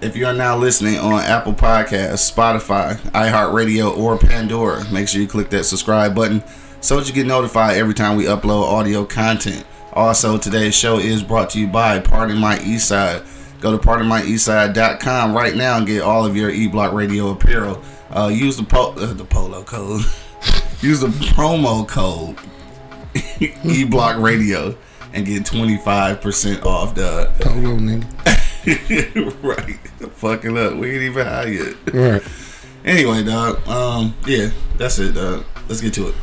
If you are now listening on Apple Podcasts, Spotify, iHeartRadio, or Pandora, make sure you click that subscribe button so that you get notified every time we upload audio content. Also, today's show is brought to you by Pardon My Eastside. Go to pardonmyeastside.com right now and get all of your E Block Radio apparel. Uh, use the po- uh, the polo code. use the promo code E Block Radio and get twenty five percent off. Duh. Polo nigga. right. Fucking up. We ain't even high yet. Right. Anyway, dog. Um, yeah, that's it, dog. Let's get to it.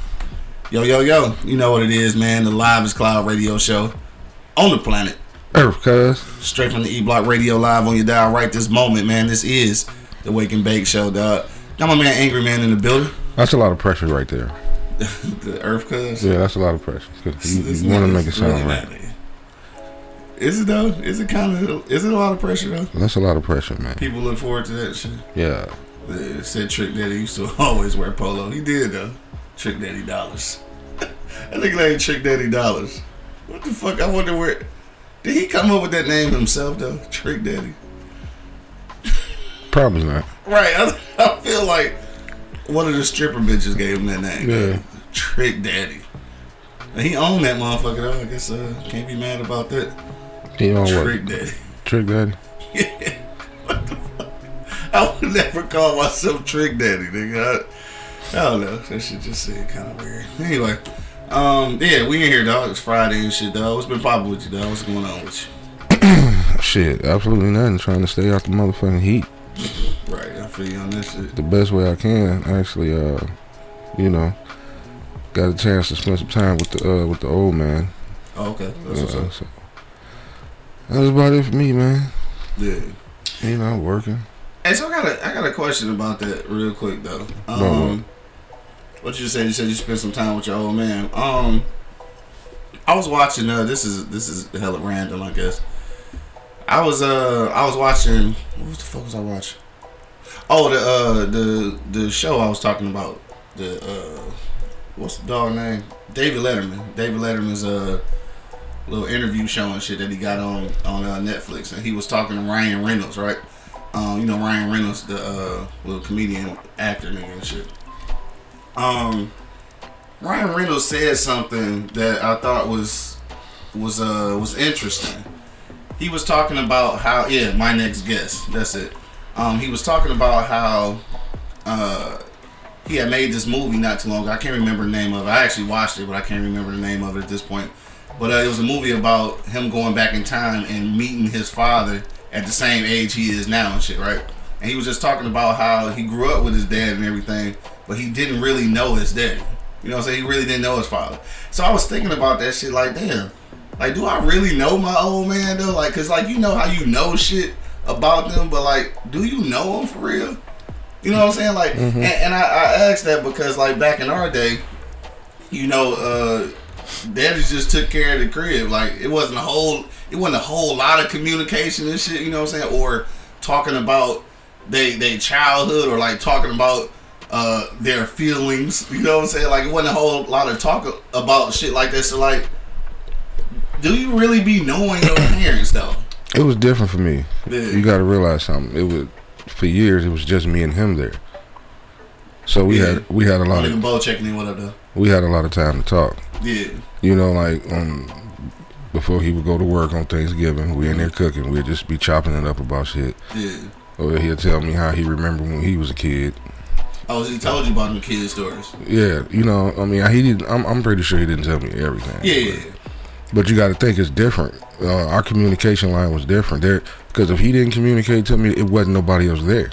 Yo, yo, yo. You know what it is, man. The Live is Cloud radio show on the planet. Earth, cuz. Straight from the E Block Radio Live on your dial right this moment, man. This is the Wake and Bake Show, dog. Got my man Angry Man in the building. That's a lot of pressure right there. the Earth Cuz. Yeah, that's a lot of pressure. 'Cause You, It's want to not- make it it's really sound right. not. Is it though? Is it kind of? Is it a lot of pressure though? That's a lot of pressure, man. People look forward to that shit. Yeah. Uh, said Trick Daddy used to always wear polo. He did though. Trick Daddy dollars. I think that ain't Trick Daddy dollars. What the fuck? I wonder where. Did he come up with that name himself though? Trick Daddy. Probably not. Right. I, I feel like one of the stripper bitches gave him that name. Yeah. Trick Daddy. And he owned that motherfucker though. I guess uh, can't be mad about that. He on what? Trick Daddy. Trick Daddy? I would never call myself Trick Daddy, nigga. I, I don't know. That shit just seemed kind of weird. Anyway, um, yeah, we in here, dog. It's Friday and shit, dog. What's been popping with you, dog? What's going on with you? Shit, absolutely nothing. Trying to stay out the motherfucking heat Right, I feel you on that shit. the best way I can. Actually, uh, you know, got a chance to spend some time with the uh, with the old man. Oh, okay, that's what's Uh, up. so that's about it for me, man. Yeah. You know, working. Hey, so I got a I got a question about that real quick though. on. Um, what you said? You said you spent some time with your old man. Um, I was watching. Uh, this is this is hella random, I guess. I was uh I was watching. What the fuck was I watching? Oh, the uh the the show I was talking about. The uh, what's the dog name? David Letterman. David Letterman's uh little interview show and shit that he got on on uh, Netflix, and he was talking to Ryan Reynolds, right? Um, you know Ryan Reynolds, the uh, little comedian actor nigga and shit. Um, Ryan Reynolds said something that I thought was was uh was interesting. He was talking about how yeah, my next guest. That's it. Um, he was talking about how uh he had made this movie not too long ago. I can't remember the name of it. I actually watched it, but I can't remember the name of it at this point. But uh, it was a movie about him going back in time and meeting his father at the same age he is now and shit, right? And he was just talking about how he grew up with his dad and everything, but he didn't really know his dad. You know what I'm saying? He really didn't know his father. So I was thinking about that shit like, damn, like, do I really know my old man though? Like, cause like you know how you know shit about them, but like, do you know him for real? You know what I'm saying? Like, Mm-hmm. and, and I, I asked that because like back in our day, you know, uh, daddy just took care of the crib. Like, it wasn't a whole, it wasn't a whole lot of communication and shit. You know what I'm saying? Or talking about they they childhood or like talking about uh their feelings. You know what I'm saying? Like, it wasn't a whole lot of talk about shit like that. So like, do you really be knowing your parents though? It was different for me. Yeah. You got to realize something. It was for years. It was just me and him there. So we Yeah. had we had a lot Nigga of bow checking in, whatever. we had a lot of time to talk. Yeah. You know, like um, before he would go to work on Thanksgiving, we in there cooking. We'd just be chopping it up about shit. Yeah. Or he'll tell me how he remembered when he was a kid. Oh, he told you about them kid stories. Yeah, you know, I mean, he didn't. I'm, I'm pretty sure he didn't tell me everything. Yeah, yeah, But you got to think it's different. Uh, our communication line was different there because if he didn't communicate to me, it wasn't nobody else there.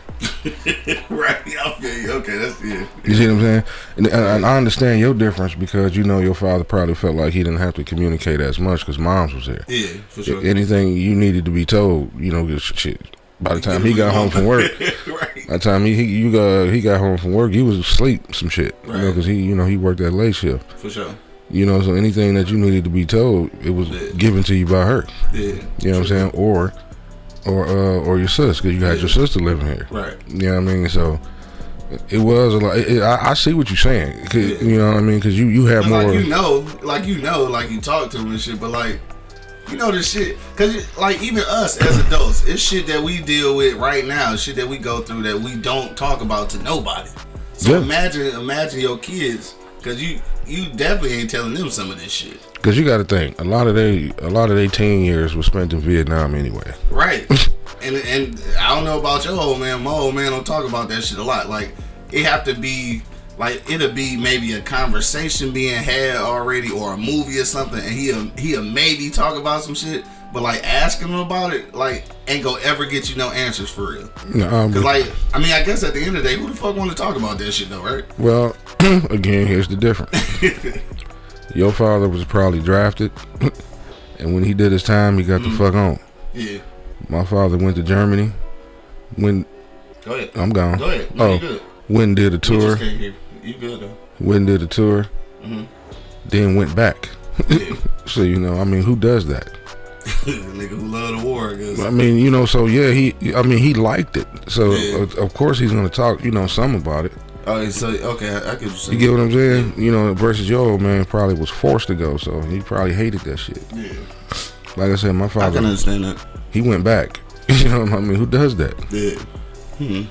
yeah. right. Okay, okay, that's yeah. You see what I'm saying? And, and, and I understand your difference because you know your father probably felt like he didn't have to communicate as much because mom's was there. Yeah, for sure. Anything you needed to be told, you know, just shit. By the time he got home from work, right. by the time he, he you got he got home from work, he was asleep some shit. You know, Right. because he you know he worked that late shift. For sure. You know, so anything that you needed to be told, it was Yeah. given to you by her. Yeah. You know what I'm saying? Or, or, uh, or your sis, because you had your sister living here. Right. You know what I mean? So it was a lot. It, it- I, I see what you're saying. 'Cause- Yeah. You know what I mean? Because you you have Cause more. like you know, like you know, like you talk to him and shit, but like you know this shit, cause it, like even us as adults, it's shit that we deal with right now, shit that we go through that we don't talk about to nobody. So Yeah. imagine, imagine your kids, cause you you definitely ain't telling them some of this shit, Because you got to think a lot of they a lot of their teen years was spent in Vietnam anyway. right? and and I don't know about your old man, my old man don't talk about that shit a lot. Like it have to be. Like it'll be maybe a conversation being had already, or a movie or something, and he'll he'll maybe talk about some shit, but like asking him about it, like ain't gonna ever get you no answers for real. No, um, Cause like I mean, I guess at the end of the day, who the fuck want to talk about that shit though, right? well, again, here's the difference. Your father was probably drafted, and when he did his time, he got Mm. the fuck on. Yeah. My father went to Germany. When Go ahead. I'm gone. Go ahead. No, oh, you good. Went and did a You tour. just can't hear. You good though? Went and did a tour. Mm-hmm. Then went back. so you know, I mean, who does that? nigga who love the war, I guess. I mean, you know, so yeah, he. I mean, he liked it. So Yeah. of, of course he's gonna talk, you know, some about it. Okay, Oh, so okay, I, I get what you're saying. You get what I'm saying? You know, versus your old man probably was forced to go, so he probably hated that shit. Yeah. Like I said, my I can father, understand that. he went back. You know, what I mean, who does that? Yeah. Hmm.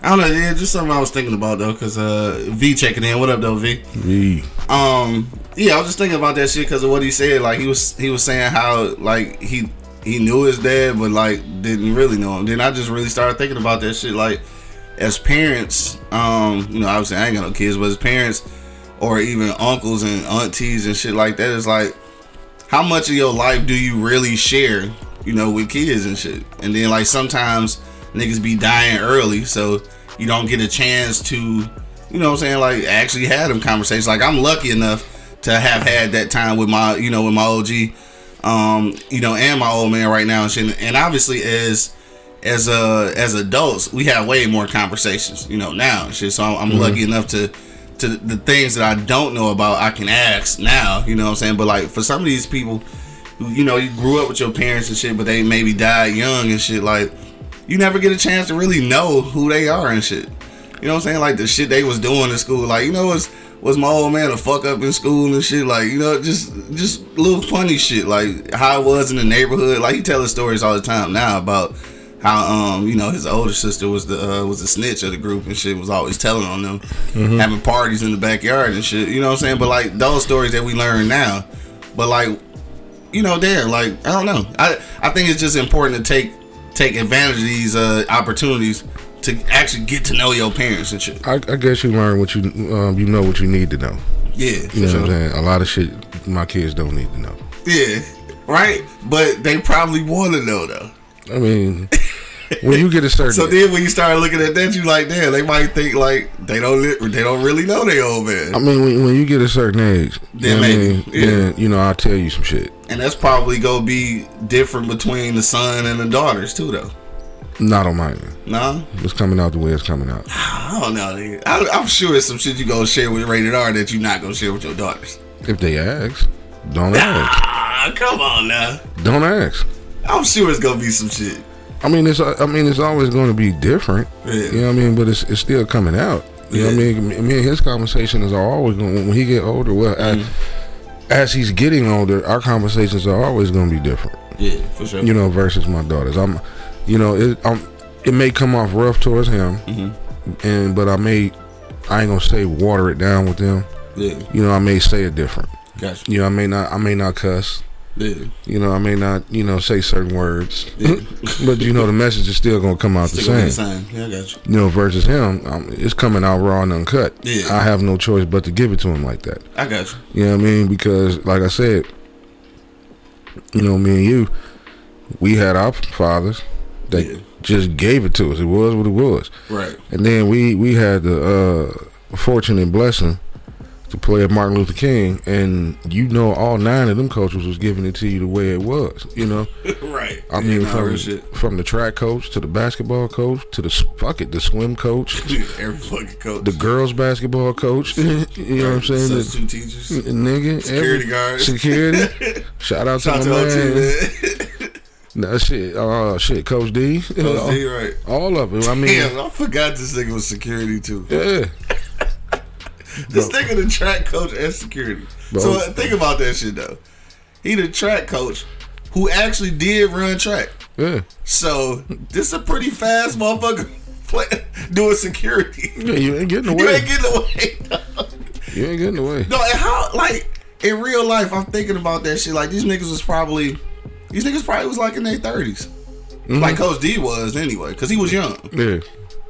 I don't know. Yeah, just something I was thinking about though, cause uh, V checking in. What up though, V? Me. Um, yeah, I was just thinking about that shit because of what he said. Like he was he was saying how like he he knew his dad, but like didn't really know him. Then I just really started thinking about that shit. Like as parents, um, you know, obviously I ain't got no kids, but as parents or even uncles and aunties and shit like that, it's like how much of your life do you really share, you know, with kids and shit? And then like sometimes niggas be dying early, so you don't get a chance to, you know what I'm saying, like actually have them conversations. Like I'm lucky enough to have had that time with my, you know, with my OG, um, you know, and my old man right now and shit. And obviously as as uh as adults, we have way more conversations, you know, now and shit. So I'm, I'm lucky enough to to the things that I don't know about, I can ask now. You know what I'm saying? But like for some of these people, who, you know, you grew up with your parents and shit, but they maybe died young and shit. Like you never get a chance to really know who they are and shit. You know what I'm saying? Like the shit they was doing in school. Like you know what's was my old man a fuck up in school and shit. Like you know just just little funny shit. Like how it was in the neighborhood. Like he telling stories all the time now about. How um you know his older sister was the uh, was the snitch of the group and shit was always telling on them having parties in the backyard and shit you know what I'm saying but like those stories that we learn now but like you know, there. Like I don't know. I I think it's just important to take take advantage of these uh, opportunities to actually get to know your parents and shit. I, I guess you learn what you um, you know what you need to know. Yeah, for You know sure. what I'm saying? A lot of shit my kids don't need to know. yeah, right. But they probably want to know though. I mean, when you get a certain So then when you start looking at that, you like, damn, they might think like they don't li- they don't really know they old man, I mean, when, when you get a certain age, Then you know what I maybe, mean? yeah. then you know I'll tell you some shit. and that's probably gonna be different between the son and the daughters too, though. Not on mine. No, It's coming out the way it's coming out. I don't know. nigga. I, I'm sure it's some shit you gonna share with Rated R that you're not gonna share with your daughters. If they ask, don't ask. Ah, come on now. Don't ask. I'm sure it's gonna be some shit. I mean, it's I mean, it's always going to be different. Yeah. You know what I mean? But it's, it's still coming out. You know what I mean? Me- Me and his conversations are always going when he get older. Well, Mm-hmm. as, as he's getting older, our conversations are always going to be different. Yeah, for sure. You know, versus my daughters. I'm, you know, it i it may come off rough towards him, Mm-hmm. and but I may I ain't gonna say water it down with them. yeah, You know, I may say it different. gotcha. You know, I may not I may not cuss. Yeah, You know, I may not, you know, say certain words, yeah. but you know, the message is still gonna come out the Still gonna be same. the same. Yeah, I got you. You know, versus him, um, it's coming out raw and uncut. Yeah. I have no choice but to give it to him like that. I got you. You know what I mean? Because, like I said, you know, me and you, we had our fathers that Yeah. just gave it to us. It was what it was. Right. And then we we had the uh, fortune and blessing to play at Martin Luther King, and you know all nine of them coaches was giving it to you the way it was. You know, right. I mean from from the track coach to the basketball coach to the s- fuck it the swim coach, every fucking coach. the girls basketball coach. you know what I'm saying? The- Mm, Substitute teachers. Nigga, Security guards. security. Shout out to Shout out my to man. OT, man. Nah, shit, uh, shit, Coach D, Coach D, right. all of them. I mean, Damn, I forgot this nigga was security too. yeah, This nigga the track coach and security. Bro. So uh, think about that shit though. He the track coach who actually did run track. yeah, So this a pretty fast motherfucker play, doing security. yeah. You ain't getting You ain't away. getting away. dog. You ain't getting away. No, and how like in real life, I'm thinking about that shit. Like these niggas was probably these niggas probably was like in their 30s Mm-hmm. Like Coach D was anyway, because he was young. Yeah,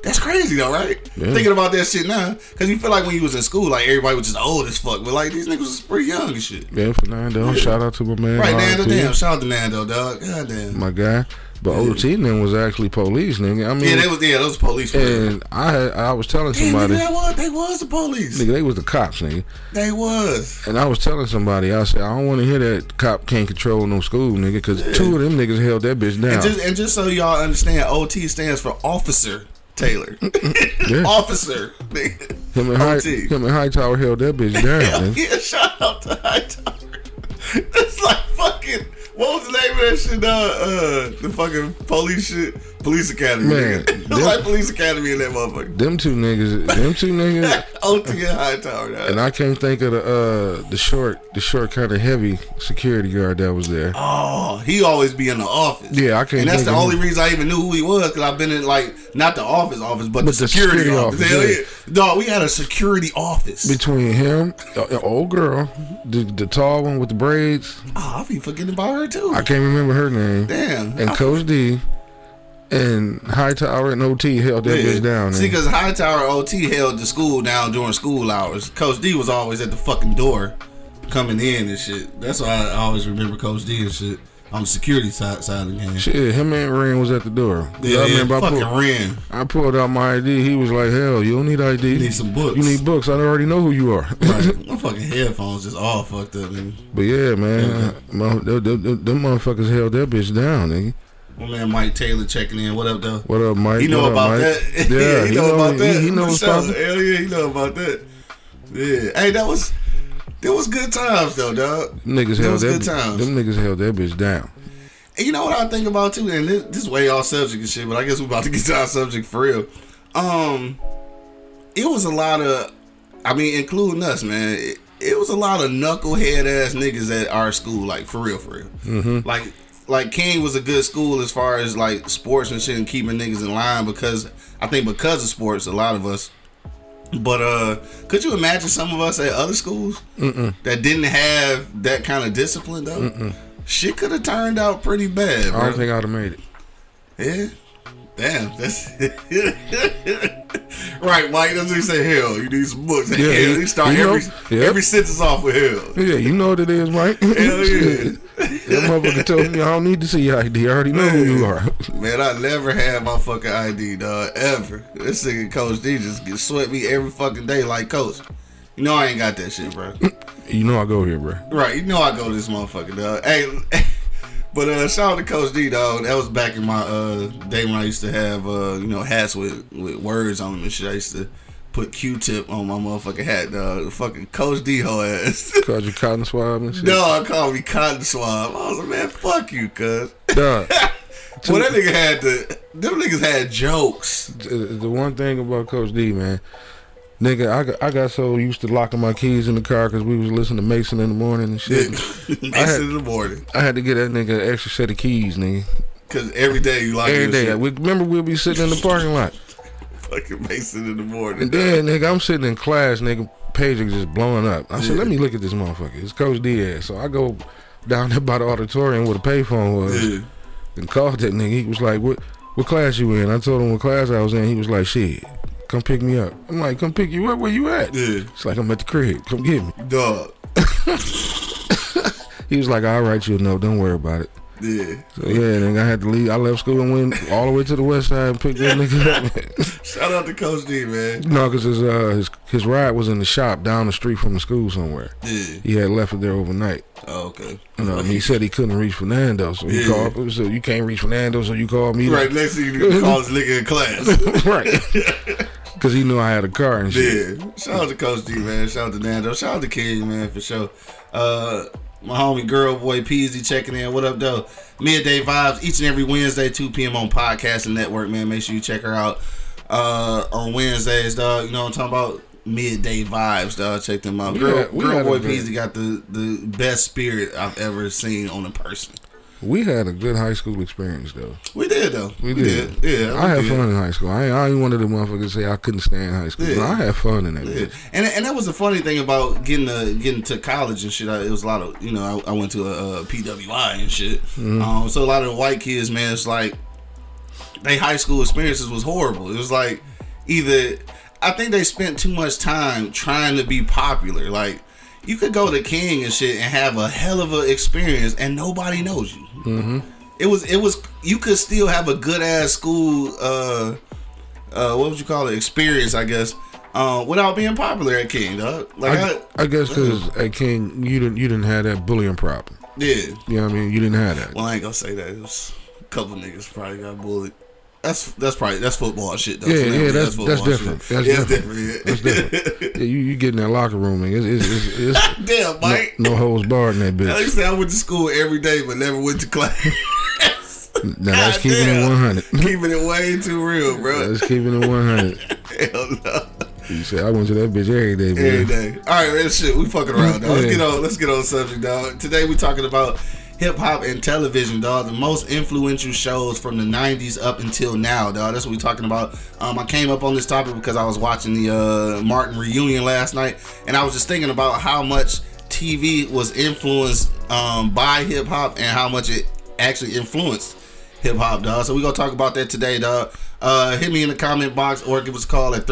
That's crazy though, right? Yeah. Thinking about that shit now, because you feel like when you was in school, like everybody was just old as fuck, but like these niggas was pretty young and shit. yeah. Fernando, shout out to my man. Right, R.I.P., Nando, damn, shout out to Nando, dog. God damn. my guy. But OT then was actually police, nigga. I mean, Yeah, they was yeah, those police. for real. and I had, I was telling Damn, nigga, somebody, that was they was the police. nigga, they was the cops, nigga. They was. And I was telling somebody, I said, I don't want to hear that cop can't control no school, nigga, because two of them niggas held that bitch down. And just and just so y'all understand, OT stands for Officer Taylor. Yeah. Officer. nigga. him, and High, OT. him and Hightower held that bitch down. Hell nigga. E. yeah, shout out to Hightower. That's like fucking. What was the name of that shit? Uh, uh the fucking police shit, police academy. Man, nigga. It's them- like police academy in that motherfucker. Them two niggas, them two niggas, OT and Hightower. dog. and I can't think of the uh the short, the short kind of heavy security guard that was there. Oh, he always be in the office. Yeah, I can't And that's think the of only him. reason I even knew who he was because I've been in like not the office office, but, the, security, office. Hell yeah. yeah. dog, we had a security office. Between him, a- an old girl, the, the tall one with the braids, oh, I be forgetting about her too. I can't remember her name, Damn. and I- Coach D, and Hightower and OT held that bitch down. See, nigga. because Hightower OT held the school down during school hours. Coach D was always at the fucking door coming in and shit. That's why I always remember Coach D and shit on the security side, side of the game. Shit, him and Ren was at the door. Yeah, I yeah, remember I fucking pulled, ran. I pulled out my ID. He was like, "Hell, you don't need ID. You need some books." You need books. I already know who you are." Right. My fucking headphones just all fucked up. And But yeah, man, mo- th- th- th- them motherfuckers held that bitch down, nigga. my man Mike Taylor checking in. What up, though? What up, Mike? He know What up, about Mike? that. Yeah, he, know, about he- that. He, knows For sure. about Hell yeah, he know about that. Yeah. Hey, that was that was good times though, dog. niggas Those held that. good times. Them niggas held that bitch down. And you know what I think about too, and this, this is way off subject and shit, but I guess we're about to get to our subject for real. Um, it was a lot of, I mean, including us, man. It, it was a lot of knucklehead ass niggas at our school, like for real, for real. Like, like King was a good school as far as like sports and shit and keeping niggas in line because I think because of sports, a lot of us. But uh, could you imagine some of us at other schools that didn't have that kind of discipline though? Shit could have turned out pretty bad, I bro. don't think I'd have made it. Yeah. Damn, that's right, Mike. That's what he said. Hell, you need some books. Yeah, Yeah, hell, he start you know, every yeah. every sentence off with hell. Yeah, you know what it is, Mike. Hell yeah. that motherfucker told me I don't need to see your ID. I already know who you are. Man, I never had my fucking ID, dog. Ever. This nigga Coach D just get sweat me every fucking day, like Coach. You know I ain't got that shit, bro. you know I go here, bro. Right, you know I go to this motherfucker, dog. Hey, but uh, shout out to Coach D, dog. That was back in my uh, day when I used to have uh, you know hats with, with words on them and shit. I used to put Q-tip on my motherfucking hat, dog. Fucking Coach D, hoe ass. Called you cotton swab and shit. dog called me Cotton Swab. I was like, man, fuck you, cuz. Dog, Well, that nigga had the them niggas had jokes. the the one thing about Coach D, man, nigga, I got, I got so used to locking my keys in the car because we was listening to Mason in the morning and shit. Mason I had- in the morning, I had to get that nigga an extra set of keys, nigga. cause every day you like Every day. shit. We, remember, we'll be sitting in the parking lot. fucking Mason in the morning. And then, nigga, I'm sitting in class, nigga, page is just blowing up. I said, let me look at this motherfucker. It's Coach Diaz. So I go down there by the auditorium where the payphone was Yeah. and called that nigga. He was like, what, what class you in? I told him what class I was in. He was like, shit, come pick me up. I'm like, come pick you up? Where you at? Yeah. It's like, I'm at the crib. Come get me. Dog. He was like, all right, you'll know. Don't worry about it. Yeah. So yeah, then I had to leave. I left school and went all the way to the west side and picked that nigga up. Shout out to Coach D, man. no, because his, uh, his his ride was in the shop down the street from the school somewhere. Yeah. He had left it there overnight. Oh, okay. You know, he said he couldn't reach Fernando, so he Yeah. called. So you can't reach Fernando, so you called me. Right next to you, you call this nigga in class. right. Because he knew I had a car and shit. Yeah. Shout out to Coach D, man. Shout out to Nando. Shout out to King, man, for sure. Uh, my homie girl boy Peasy checking in. What up, though? Midday Vibes each and every Wednesday, 2 p.m. on Podcasting Network, man. Make sure you check her out uh, on Wednesdays, dog. You know what I'm talking about? Midday Vibes, dog. Check them out. We Girl, had- we girl had a boy good- Peasy got the, the best spirit I've ever seen on a person. We had a good high school experience though. We did, though. We did. Oh, Yeah. I we had did. fun in high school. I ain't, I ain't one of the motherfuckers to say I couldn't stay in high school. Yeah. but I had fun in that. Yeah. bitch. And and that was the funny thing about getting to getting to college and shit. I, it was a lot of you know I, I went to a, uh PWI and shit. Um, so a lot of the white kids, man, it's like they high school experiences was horrible. It was like either I think they spent too much time trying to be popular. Like you could go to King and shit and have a hell of a experience and nobody knows you. It was it was you could still have a good ass school. Uh, uh, what would you call it? Experience, I guess, uh, without being popular at King, dog. Like, I, I, I guess because at King, you didn't you didn't have that bullying problem. yeah. You know what I mean? You didn't have that. Well, I ain't gonna say that. It was a couple niggas probably got bullied. That's that's probably that's football shit. Though. Yeah, So yeah, maybe that's- that's football different. shit. That's Yeah, different. It's different. yeah. yeah, you, you get in that locker room and it's, it's, it's, it's Damn, Mike. no, no holes barred in that Like you bitch. said, I went to school every day, but never went to class. Now that's God keeping damn. it one hundred. Keeping it way too real, bro. That's keeping it one hundred. Hell no. You said I went to that bitch every day, man. Every day. All right, man. Shit, we fucking around, dog. Let's Yeah. get on. Let's get on subject, dog. Today we talking about hip hop and television, dog. The most influential shows from the '90s up until now, dog. That's what we talking about. Um, I came up on this topic because I was watching the uh, Martin reunion last night, and I was just thinking about how much TV was influenced um, by hip hop and how much it actually influenced hip hop, dog. So we gonna talk about that today, dog. Uh, hit me in the comment box or give us a call at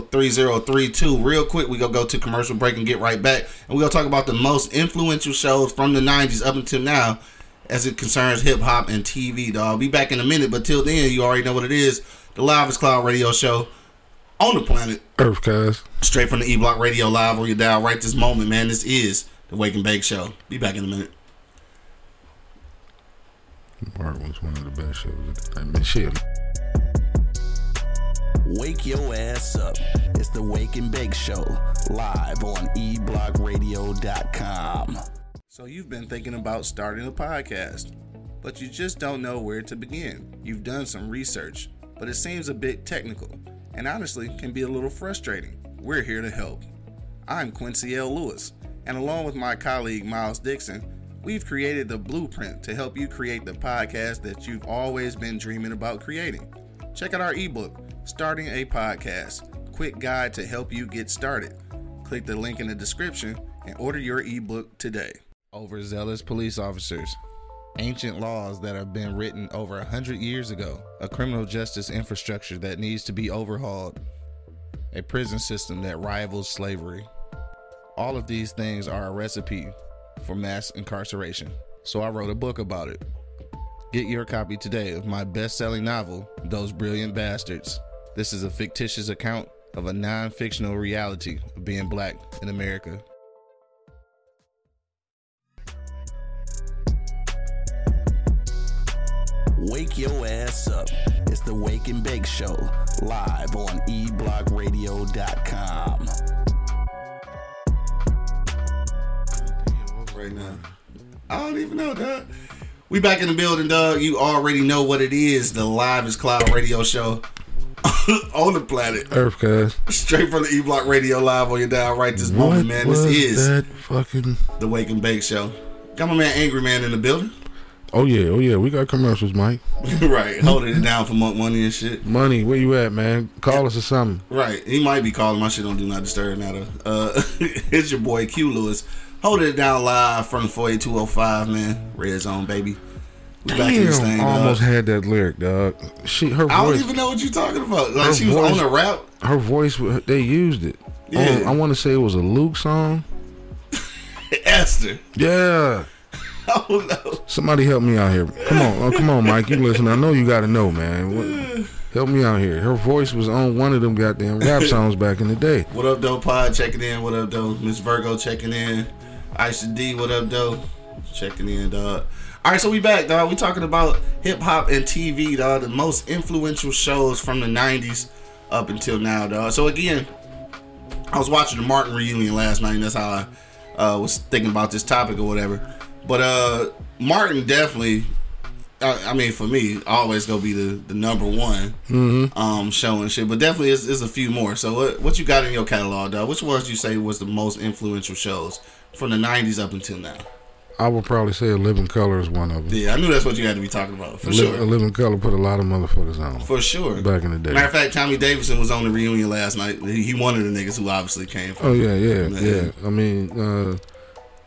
313-444-3032. Real quick, we gonna go to commercial break and get right back. And we gonna talk about the most influential shows from the 90s up until now as it concerns hip hop and TV, dog. Be back in a minute, but till then, you already know what it is. The Livest Cloud Radio Show on the planet Earth, cuz. straight from the E Block Radio Live on your dial right this moment, man. This is the Wake and Bake Show. Be back in a minute. Mark was one of the best shows. at the time. Man, shit. Wake your ass up. It's the Wake and Bake Show, live on eblockradio.com. So, you've been thinking about starting a podcast, but you just don't know where to begin. You've done some research, but it seems a bit technical and honestly can be a little frustrating. We're here to help. I'm Quincy L. Lewis, and along with my colleague Miles Dixon, we've created the blueprint to help you create the podcast that you've always been dreaming about creating. Check out our ebook, Starting a Podcast Quick Guide to Help You Get Started. Click the link in the description and order your ebook today. Overzealous police officers. Ancient laws that have been written over a hundred years ago, a criminal justice infrastructure that needs to be overhauled, a prison system that rivals slavery. All of these things are a recipe for mass incarceration. So I wrote a book about it. Get your copy today of my best selling novel, Those Brilliant Bastards. This is a fictitious account of a non fictional reality of being black in America. Wake your ass up. It's the Wake and Bake Show, live on E eblockradio.com. right now. I don't even know, Doug. We back in the building, Doug. You already know what it is. The Live is Cloud radio show on the planet. Earth, cuz. Straight from the E Block Radio Live on your dial right this moment, Oh, man. This was is that fucking? the Wake and Bake Show. Got my man Angry Man in the building. Oh yeah, oh yeah. We got commercials, Mike. right. Holding it down for month money and shit. Money, where you at, man? Call us or something. Right. He might be calling my shit on Do Not Disturb now. though. Uh, it's your boy Q Lewis. Holding it down live from the 48205, man. Red Zone, baby. We back in this thing, Damn, dog. almost had that lyric, dog. She, her I don't voice, even know what you're talking about. Like Her she was voice- on a rap. her voice, wa- they used it. Yeah. Oh, I want to say it was a Luke song. Esther. Yeah, I don't know. Somebody help me out here. Come on, oh, come on, Mike. You listen. I know you got to know, man. What, help me out here. Her voice was on one of them goddamn rap songs back in the day. What up, though? Pod checking in. What up, though? Miss Virgo checking in. Aisha D. What up, though? Checking in, dog. All right, so we back, dog. We talking about hip hop and TV, dog. The most influential shows from the '90s up until now, dog. So again, I was watching the Martin reunion last night, and that's how I uh, was thinking about this topic or whatever. But uh, Martin definitely, I, I mean, for me, always gonna be the, the number one um, show and shit. But definitely, it's, it's a few more. So what, what you got in your catalog, dog? Which ones you say was the most influential shows from the '90s up until now? I would probably say "A Living Color" is one of them. Yeah, I knew that's what you had to be talking about for Li- "A sure. Living Color" put a lot of motherfuckers on. For sure. Back in the day. Matter of fact, Tommy Davidson was on the reunion last night. He he one of the niggas who obviously came from. Oh yeah, yeah, Man. yeah. I mean, uh,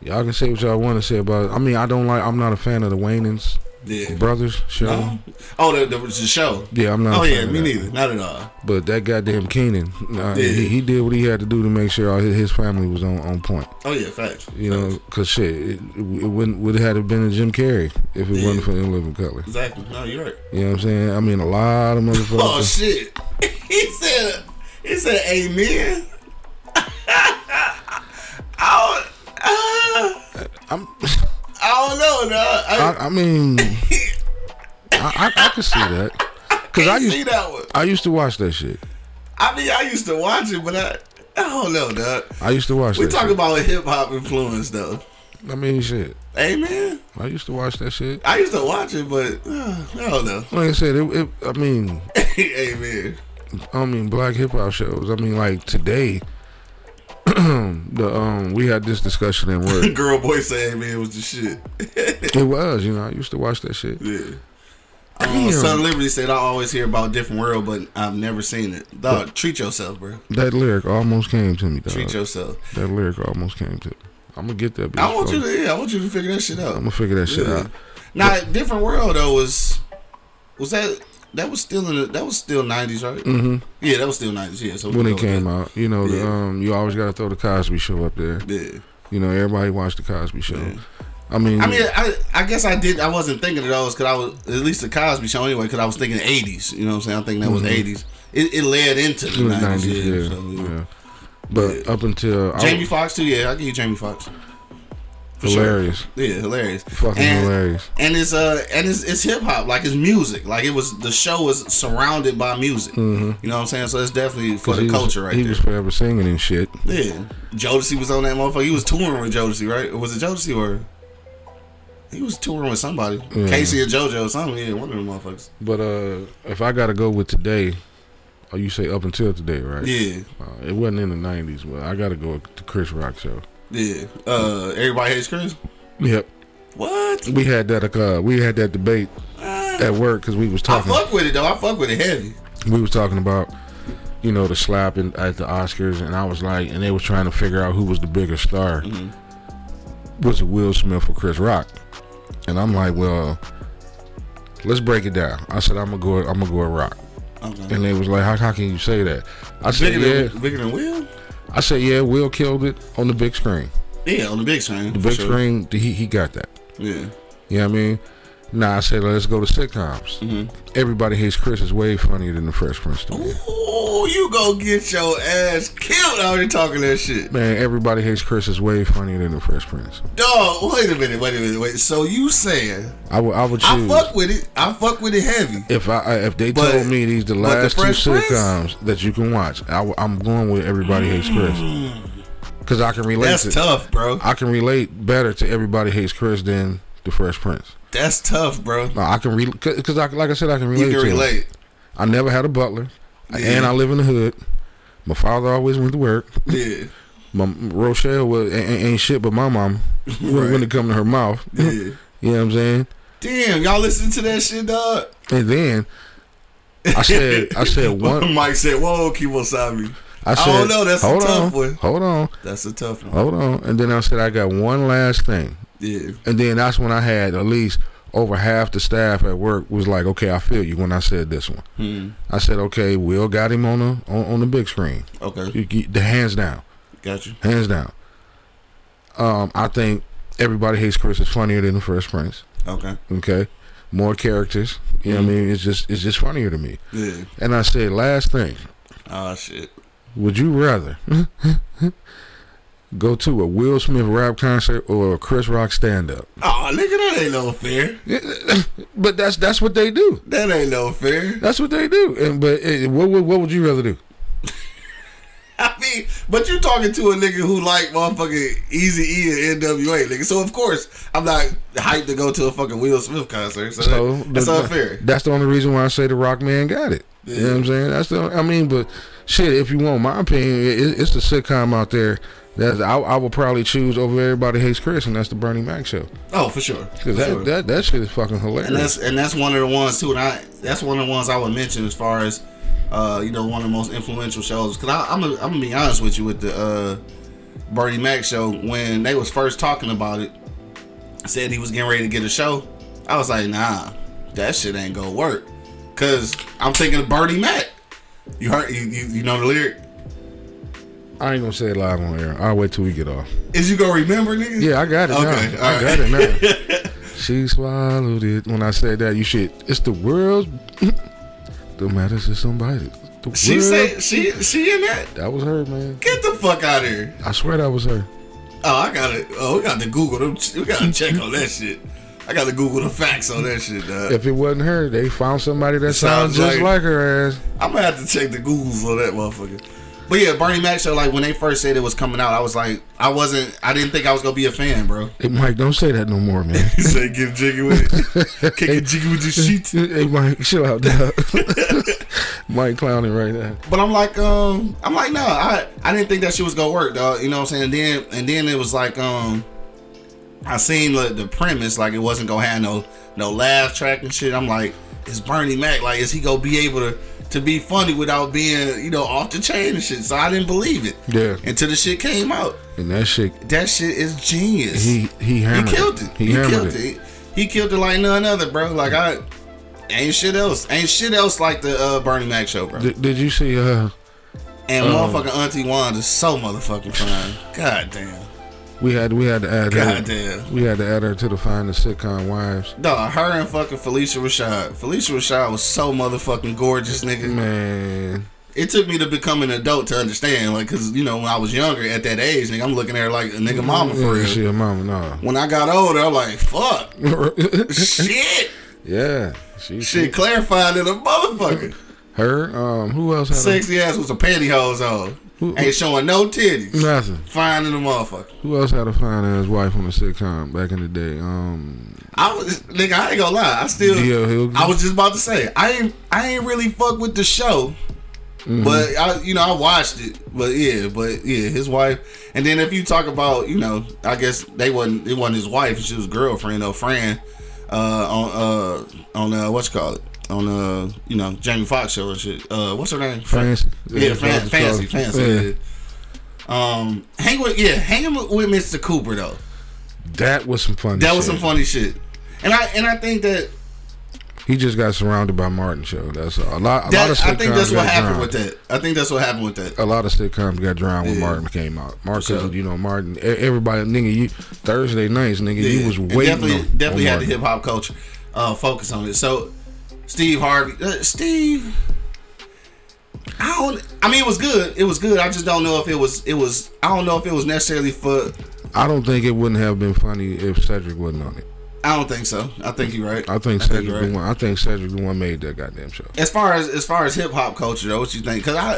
y'all can say what y'all want to say about. It. I mean, I don't like. I'm not a fan of the Waynans Yeah. brothers show. No? Oh, the, the, the show. Yeah, I'm not. Oh a fan yeah, of me that. neither. Not at all. But that goddamn Keenan, Yeah. uh, he, he did what he had to do to make sure all his, his family was on, on point. Oh yeah, facts. You know, cause shit, it, it wouldn't would have been a Jim Carrey if it wasn't for In Living Color. Exactly. No, you're right. You know what I'm saying? I mean, a lot of motherfuckers. Oh shit. he said. He said, "Amen." I don't. Uh, I'm, I don't know, dog. I, I, I mean, I, I, I could see that. Cause can't I see used that one. I used to watch that shit. I mean, I used to watch it, but I. I don't know, dog. I used to watch. We that talking shit. about a hip hop influence, though. I mean, shit. Amen. I used to watch that shit. I used to watch it, but uh, I don't know. Like I said, it, it, I mean, Amen. I mean, black hip hop shows. I mean, like today, the um, we had this discussion at work. Girl, boy, say amen was the shit. it was, you know, I used to watch that shit. yeah. Damn. Um, Son of Liberty said, "I always hear about different world, but I've never seen it." Dog, treat yourself, bro. That lyric almost came to me, dog. Treat yourself. That lyric almost came to me. I'm gonna get that. Bitch, I want you to. Yeah, I want you to figure that shit I'm out. gonna figure that shit Yeah. out. Now, different world though was was that that was still in the, that was still nineties, right? Mm-hmm. Yeah, that was still nineties. Yeah, so we When it can go with came that. out, you know, the, Yeah. um, you always gotta throw the Cosby Show up there. Yeah. You know, everybody watched the Cosby Show. I mean, I mean, I, I guess I did. I wasn't thinking of those because I was at least the Cosby Show anyway. Because I was thinking '80s. You know what I'm saying? I think that Mm-hmm. was '80s. It, it led into the in the '90s. 90s, yeah, yeah, so, yeah. yeah. But up until I- Jamie Foxx too. Yeah, I give you Jamie Foxx. For sure. hilarious. Yeah, hilarious. Fucking and, hilarious. And it's uh and it's it's hip hop. Like it's music. Like it was the show was surrounded by music. You know what I'm saying? So it's definitely for the Mm-hmm. he culture was, right He there. was forever singing and shit. Yeah, Jodeci was on that motherfucker. He was touring with Jodeci, right? Or was it Jodeci or he was touring with somebody? Yeah. Casey and JoJo or something. Yeah, one of them motherfuckers. But uh, if I gotta go with today, or you say up until today, right? Yeah, Uh, it wasn't in the nineties, but I gotta go with the Chris Rock show. yeah. Uh, everybody hates Chris. Yep, What? we had that. Uh, we had that debate Uh, Uh-huh. at work because we was I talking. fuck with it though. I fuck with it heavy. We was talking about you know the slap in, at the Oscars, and I was like, and they was trying to figure out who was the bigger star. Mm-hmm. Was it Will Smith or Chris Rock? And I'm like, well, let's break it down. I said I'm gonna go. I'm gonna go with Rock. Okay. And they was like, how, how can you say that? I said, Bigger yeah. than bigger than Will. I said, yeah, Will killed it on the big screen. Yeah, on the big screen. The for big sure. screen, he, he got that. Yeah. You know what I mean? Nah, I said, let's go to sitcoms. Everybody Hates Chris is way funnier than The Fresh Prince to me. Mm-hmm. Ooh, you gonna get your ass killed out here talking that shit. Man, Everybody Hates Chris is way funnier than The Fresh Prince. Dog, wait a minute, wait a minute, wait. So you saying I would, I would I choose. fuck with it. I fuck with it heavy. if I, I if they But- told me these the but The last two Fresh Prince? sitcoms that you can watch, I, am going with Everybody Hates Chris because I can relate. Mm. That's to, tough, bro. I can relate better to Everybody Hates Chris than The Fresh Prince. That's tough, bro. No, I can relate because, I, like I said, I can relate. You can to him. relate. I never had a butler, Yeah. and I live in the hood. My father always went to work. Yeah. My Rochelle was a- a- ain't shit, but my mom when, when it come to her mouth. Yeah. you know what I'm saying. Damn, y'all listen to that shit, dog. And then I said, I said one. Mike said, "Whoa, Kibo Sami, I said, don't know, that's a hold tough on, one." hold on, that's a tough one." hold on. And then I said, I got one last thing. Yeah. And then that's when I had at least over half the staff at work was like, okay, I feel you when I said this one. Hmm. I said, okay, Will got him on the on, on the big screen. Okay. You- you- The hands down. Got you. hands down. Um, I think Everybody Hates Chris is funnier than The Fresh Prince. Okay. Okay, more characters. You know what I mean? It's just it's just funnier to me. Yeah. And I said, last thing, Oh shit. would you rather go to a Will Smith rap concert or a Chris Rock stand up? Oh nigga, that ain't no fair. But that's that's what they do. That ain't no fair. That's what they do. And but eh, what what, what would you rather do? I mean, but you talking to a nigga who like motherfucking Easy E and NWA, nigga. So of course I'm not hyped to go to a fucking Will Smith concert. So, So that, that's the- unfair. That's the only reason why I say the Rock Man got it. You know what I'm saying? That's the. I mean, but shit, if you want my opinion, it, it's the sitcom out there. That I, I would probably choose over everybody hates Chris, and that's the Bernie Mac show. Oh, for sure. 'Cause For that, sure. that that shit is fucking hilarious. and that's and that's one of the ones too. And I that's one of the ones I would mention as far as uh, you know one of the most influential shows. Cause I, I'm gonna- I'm gonna be honest with you with the uh, Bernie Mac show when they was first talking about it, said he was getting ready to get a show. I was like, nah, that shit ain't gonna work. Cause I'm thinking of Bernie Mac. You heard you, you you know the lyric. I ain't gonna say it live on air. I'll wait till we get off. Is you gonna remember, nigga? Yeah, I got it Okay, now. all I right. got it now. she swallowed it. When I said that, you should. It's the world's. the matters to somebody. The She world- said she she in that. that was her, man. Get the fuck out of here. I swear that was her. Oh, I gotta. Oh, we got to Google them. We gotta check on that shit. I gotta Google the facts on that shit. Dog. If it wasn't her, they found somebody that Sounds sounds just like- like, her ass. I'm gonna have to check the Googles on that motherfucker. But yeah, Bernie Mac show. Like when they first said it was coming out, I was like, I wasn't. I didn't think I was gonna be a fan, bro. Hey, Mike, don't say that no more, man. He said, "Get jiggy with it. Kick it jiggy with your sheets." hey, Mike, chill out, dog. Mike clowning right now. But I'm like, um, I'm like, no, I, I didn't think that shit was gonna work, dog. You know what I'm saying? And then and then it was like, um, I seen the, the premise, like it wasn't gonna have no no laugh track and shit. I'm like, is Bernie Mac like, is he gonna be able to to be funny without being you know off the chain and shit? So I didn't believe it. Yeah. Until the shit came out, And that shit, that shit is genius. he he He hammered. killed it. He, hammered killed it. He killed it like none other, bro. Like I ain't shit else. Ain't shit else like the uh, Bernie Mac show, bro. Did, did you see? Uh, And motherfucking Auntie Wanda's so motherfucking fine. God damn. we had we had to add her. Goddamn. We had to add her to the find the sitcom wives. Dog, her and fucking Felicia Rashad. Felicia Rashad was so motherfucking gorgeous, nigga. Man, It took me to become an adult to understand, like, cause you know when I was younger at that age, nigga, I'm looking at her like a nigga mama for yeah, real. she a mama, nah. When I got older, I'm like, fuck, shit, yeah, she, shit, clarified in a motherfucker. her. Um, who else had a- Sexy ass with some pantyhose on, ain't showing no titties. nothing? Fine in the motherfucker. Who else had a fine ass wife on the sitcom back in the day? Um, I was nigga, I ain't gonna lie. I still D.L. Hughley. I was just about to say I ain't I ain't really fuck with the show. But I you know, I watched it. But yeah, but yeah, his wife and then if you talk about, you know, I guess they wasn't it wasn't his wife, she was girlfriend or friend, uh on uh on uh what you call it? On uh, you know, Jamie Foxx show and shit. Uh what's her name? Fancy. Yeah, fan, fancy, Fancy Charles. fancy. Yeah. yeah. Um hang with yeah, hang with, with Mr. Cooper though. That was some fun. That was some funny shit. And I and I think that He just got surrounded by Martin show. That's all. a lot. A lot of that, sitcoms I think that's what got happened drowned. with that. I think that's what happened with that. A lot of sitcoms got drowned when Yeah. Martin came out. Martin, sure. you know, Martin. e- Everybody, nigga, you Thursday nights, nigga, you was And waiting. Definitely, on- definitely on had the Martin. hip hop culture uh, focus on it. So, Steve Harvey, uh, Steve. I don't. I mean, it was good. It was good. I just don't know if it was. It was. I don't know if it was necessarily for. I don't think it wouldn't have been funny if Cedric wasn't on it. I don't think so. I think you're right. I think you're Cedric right. the one. I think Cedric the one made that goddamn show. as far as as far as hip hop culture though, what you think? Because I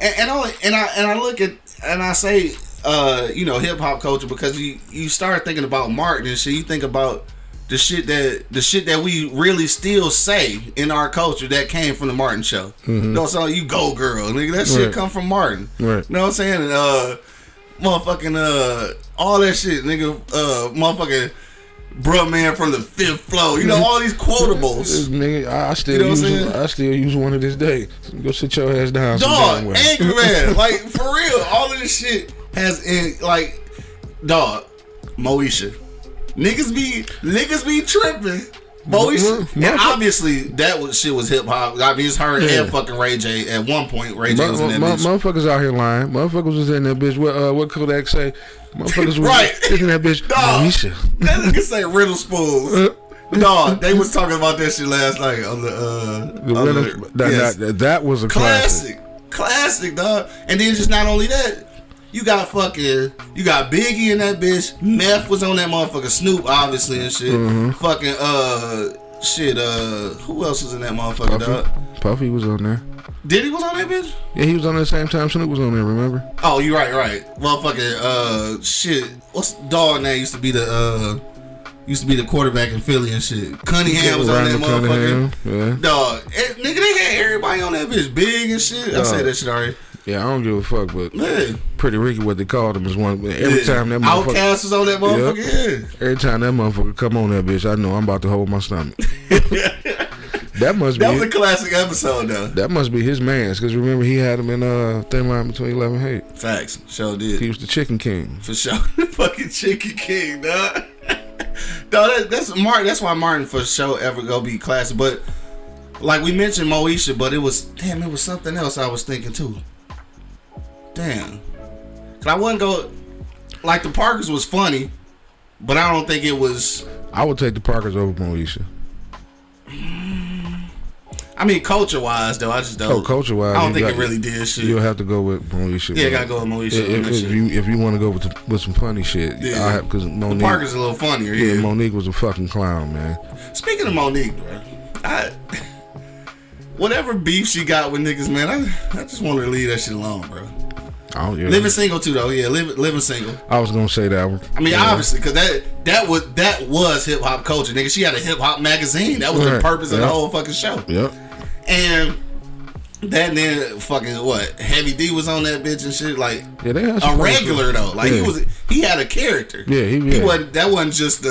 and, and I and I and I look at and I say uh, you know hip hop culture because you you start thinking about Martin and shit. You think about the shit that the shit that we really still say in our culture that came from the Martin show. You know, so you go girl, nigga. That shit Mm-hmm. Right. come from Martin. Right. You know what I'm saying? And, uh, motherfucking uh, all that shit, nigga. Uh, motherfucking. Bruh man from the fifth floor. You know, all these quotables. This nigga, I I still You know what use. I'm saying? I still use one of this day. Go sit your ass down. dog, somewhere. angry man, like for real. All of this shit has in like, dog, Moesha, niggas be niggas be tripping Boys, Mhm. and obviously that was, shit was hip hop. I mean, it's her Yeah. and fucking Ray J. At one point, Ray J Mu- was in mu- that mu- bitch. motherfuckers out here lying. Motherfuckers was in that bitch. What, uh, what Kodak say? Motherfuckers was Right. in that bitch. Dog. Moesha. that nigga say riddle Uh. spools. Dog, they was talking about that shit last night on the uh The on winner, the- that, yes. that, that was a classic. classic. Classic, dog. And then just not only that, you got fucking, you got Biggie in that bitch. Meth was on that motherfucker. Snoop, obviously, and shit. Mm-hmm. Fucking, uh, shit, uh, who else was in that motherfucker, dog? Puffy, Puffy was on there. Diddy was on that bitch? Yeah, he was on there the same time Snoop was on there. Remember? Oh, you right, right. Motherfucking, uh, shit. What's the dog name? Used to be the, uh, used to be the quarterback in Philly and shit. Cunningham was on that Randall motherfucker. Cunningham, Yeah. Dog, eh, nigga, they had everybody on that bitch, big and shit. I Dog. said that shit already. Yeah, I don't give a fuck, but Man, Pretty Ricky, what they called him, is one. Every Yeah. time that motherfucker, Outkast was on that motherfucker. every time that motherfucker come on that bitch, I know I'm about to hold my stomach. that must Yeah. That be was a classic episode though. that must be his man's, because remember he had him in uh thin line between eleven and eight. Facts, show He did was the Chicken King. for sure. Fucking Chicken King, dog. dog, that, that's Martin. That's why Martin for sure ever go be classic. But like we mentioned Moesha, but it was damn, it was something else I was thinking too. Damn, cause I wouldn't go. Like the Parkers was funny, but I don't think it was. I would take the Parkers over Moesha. I mean, culture wise though, I just don't. Oh, culture wise, I don't think it really did shit. You'll have to go with Moesha. Yeah, bro. gotta go with Moesha If, on if- that if shit. you if you want to go with with some funny shit, Yeah. I have because the Monique. Parkers a little funnier. yeah, yeah. Monique was a fucking clown, man. Speaking of Monique, bro, I whatever beef she got with niggas, man, I, I just want her to leave that shit alone, bro. I don't. Yeah. Living single too, though. Yeah, living living single. I was gonna say that. one. I mean, Yeah. obviously, because that that was that was hip hop culture, nigga. She had a hip hop magazine. That was the Right, purpose of the yeah. whole fucking show. Yep. And that then fucking what Heavy D was on that bitch and shit like. Yeah, they had A some funny regular shit. though, like Yeah. he was, he had a character. Yeah, he- he yeah. wasn't. That wasn't just a,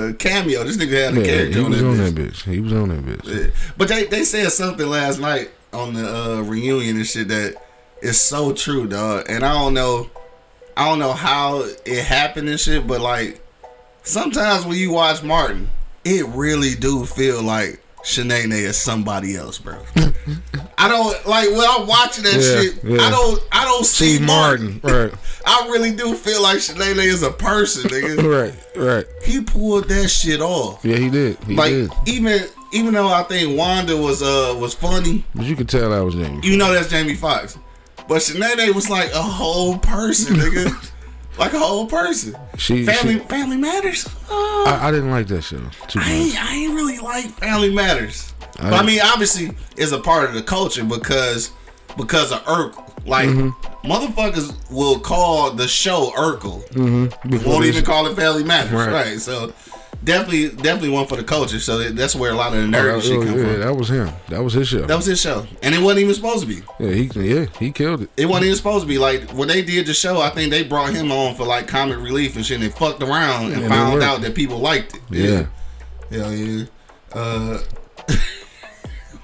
a, a cameo. This nigga had a Yeah, character he on was that on bitch. that bitch. He was on that bitch. Yeah. But they, they said something last night on the uh, reunion and shit that is so true, dog. And I don't know, I don't know how it happened and shit, but like sometimes when you watch Martin, it really do feel like Shanae is somebody else, bro. I don't like when I'm watching that Yeah, shit. yeah. I don't, I don't see, Steve Martin. Right. I really do feel like Shanae is a person, nigga. Right. Right. he pulled that shit off Yeah, he did. He like did. even even though I think Wanda was uh was funny, But you could tell that was Jamie. you know that's Jamie Foxx. But Shanae was like a whole person, nigga. like a whole person. She- family she- Family Matters. Oh, I, I didn't like that show I, too much. ain't, I ain't really like Family Matters. I- but I mean, obviously, it's a part of the culture because because of Urkel. Like Mm-hmm. motherfuckers will call the show Urkel. Before Won't this- even call it Family Matters, right? Mm-hmm. Right. So definitely, definitely one for the culture. So that- that's where a lot of the nerdy Oh, shit yeah, come from. that was him. That was his show. That was his show, and it wasn't even supposed to be. yeah, he yeah he killed it. It wasn't even supposed to be. Like when they did the show, I think they brought him on for like comic relief and shit, and they fucked around and And it found worked. out that people liked it. Yeah. hell yeah. Uh,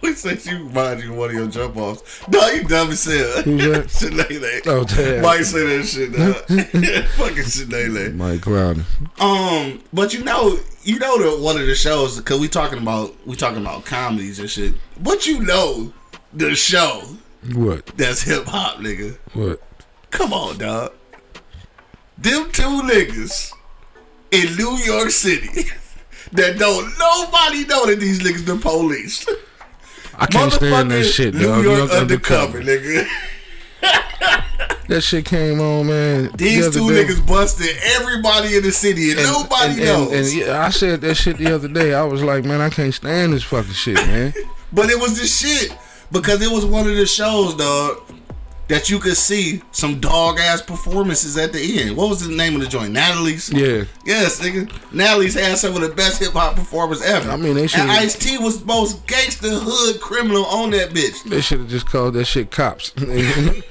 we said you remind you of one of your jump offs. No, you dumb as hell. Who's that? Shanae. Oh, damn. Mike say that shit. Dog. Fucking Shanae. Mike Clowney. Um, but you know, you know that one of the shows because we talking about we talking about comedies and shit. But you know, the show What? that's hip hop, nigga. What? Come on, dog. Them two niggas in New York City that don't nobody know that these niggas the police. I can't stand that shit. New dog. York undercover, nigga. That shit came on, man. These the two other day. niggas busted everybody in the city and, nobody and, knows. and, and, yeah, I said that shit the other day. I was like, man, I can't stand this fucking shit, man. But it was the shit because it was one of the shows, dog, that you could see some dog ass performances at the end. What was the name of the joint? Natalie's. Yeah. Yes, nigga. Natalie's had some of the best hip hop performers ever. I mean, they And should've- Ice T was the most gangster hood criminal on that bitch. They should have just called that shit cops.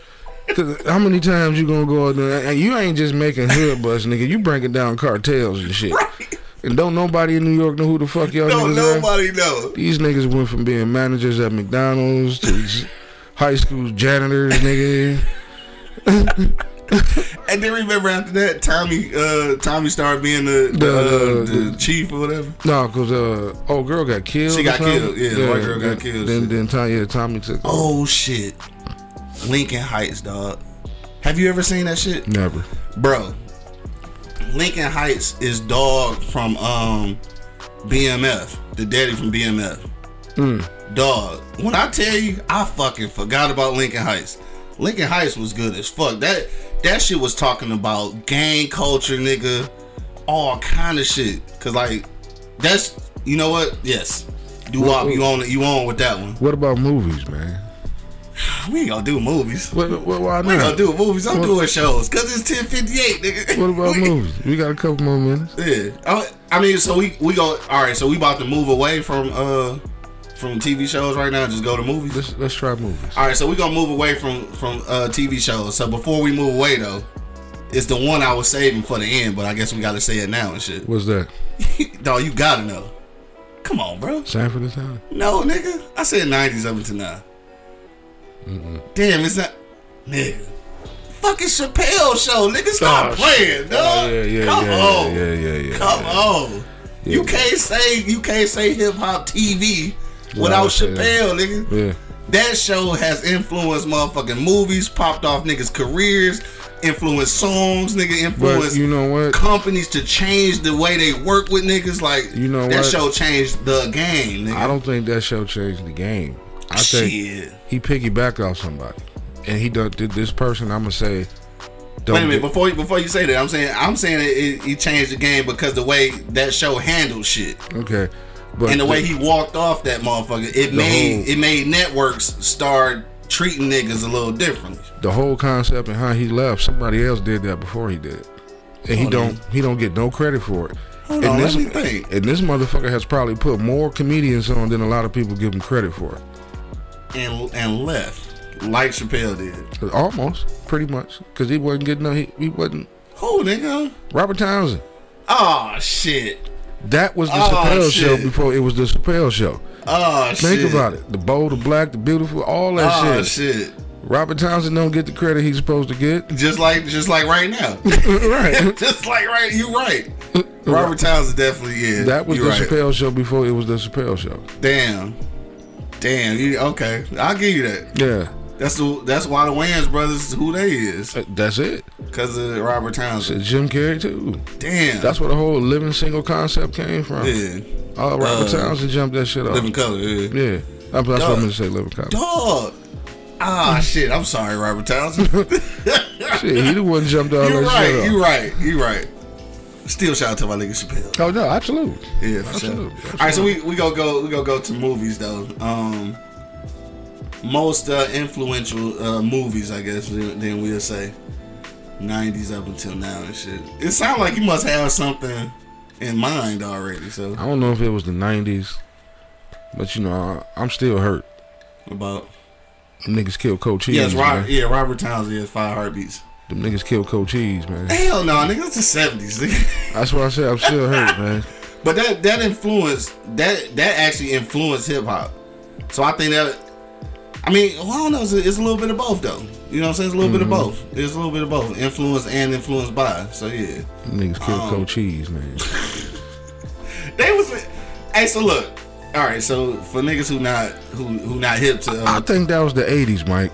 'Cause how many times you gonna go out there and you ain't just making hood bust, nigga. You breaking down cartels and shit. And don't nobody in New York know who the fuck y'all Don't niggas are. nobody know. These niggas went from being managers at McDonald's to j- high school janitors, nigga. And then remember after that, Tommy uh, Tommy started being the the, uh, The- the chief or whatever. No, because uh, old girl got killed. She or got something. killed, yeah, the white girl got then- killed, Then, shit. then Tommy, yeah, Tommy took. Oh shit, Lincoln Heights, dog. Have you ever seen that shit, Never. bro? Lincoln Heights is dog from um BMF, the daddy from BMF. Hmm. Dog, when I tell you, I fucking forgot about Lincoln Heights. Lincoln Heights was good as fuck. That that shit was talking about gang culture, nigga, all kind of shit. Cause like, that's you know what? Yes, do wop. You on it? You on with that one? What about movies, man? We ain't gonna do movies. What, what, why We ain't gonna not? do movies. I'm What- doing shows because it's 10:58, nigga. What about We- movies? We got a couple more minutes. Yeah. I, I mean, so we we go. All right. So we about to move away from uh from TV shows right now. and Just go to movies. Let's let's try movies. All right. So we gonna move away from from uh TV shows. So before we move away though. It's the one I was saving for the end, but I guess we gotta say it now and shit. What's that? no, you gotta know. Come on, bro. Sanford and Son? No, nigga. I said 90s up until now. Damn, it's not. Nigga. Fucking Chappelle show, nigga. Stop Oh, playing, dog. yeah, yeah, Come yeah, on. yeah, yeah, yeah, Come yeah. on. you Yeah. can't say you can't say hip hop TV I without would say that. Chappelle, nigga. Yeah. That show has influenced motherfucking movies, popped off niggas' careers, influenced songs, nigga, But influenced you know what? companies to change the way they work with niggas. Like You know that what? show changed the game, nigga. I don't think that show changed the game. I think Shit. he piggybacked off somebody, and he done did this person. I'm gonna say. Don't Wait a minute get- before before you say that, I'm saying I'm saying it, it, he changed the game because the way that show handled shit Okay, but and the way he walked off that motherfucker, it made whole- it made networks start treating niggas a little differently. the whole concept and how he left, somebody else did that before he did, and he Hold on. don't he don't get no credit for it. Oh, Hold and on, this, let me think. And this motherfucker has probably put more comedians on than a lot of people give him credit for. And and left like Chappelle did. Almost, pretty much, because he wasn't getting no. He, he wasn't Who nigga? Robert Townsend. Oh shit. That was the Oh, Chappelle shit. show before it was the Chappelle show. Oh shit. Think about it. The bold, the black, the beautiful, all that Oh shit. shit. Robert Townsend don't get the credit he's supposed to get. Just like just like right now. right. just like right. You right. Robert Townsend definitely is. That was You the right. Chappelle show before it was the Chappelle show. Damn. Damn. You okay? I'll give you that. Yeah. That's the that's why the Wayans brothers is who they is Uh, That's it. because of Robert So Townsend. Jim Carrey too. Damn. That's where the whole living single concept came from. yeah. Oh, Robert Uh, Townsend jumped that shit off. Living color. Yeah. yeah. Uh, That's what I'm Dog. gonna say. Living color. Dog. Ah shit. I'm sorry, Robert Townsend. Shit, he the one jumped all you that right. shit You off. right. You right. Still shout out to my nigga Chappelle. Oh no, absolutely. Yeah, for sure. Absolutely. All right, so we we gonna go we gonna go to movies though. Um, most uh, influential uh, movies, I guess. Then then we'll say '90s up until now and shit. It sounds like you must have something in mind already. So I don't know if it was the '90s, but you know, I, I'm still hurt. about Niggas killed Coach Cheese. yes, man. Robert, yeah, Robert Townsend is Five Heartbeats. Them niggas killed Coach Cheese, man. Hell no, nigga, it's the '70s. nigga. That's why I said I'm still hurt, man. but that that influenced that that actually influenced hip hop. So I think that. I mean, well, I don't know. It's a, it's a little bit of both, though. You know what I'm saying? It's a little bit of both. It's a little bit of both. Influence and influenced by. So yeah, Them niggas killed Oh. Coach Cheese, man. they was. Hey, so look. All right, so for niggas who not who who not hip to I uh, think that was the '80s, Mike.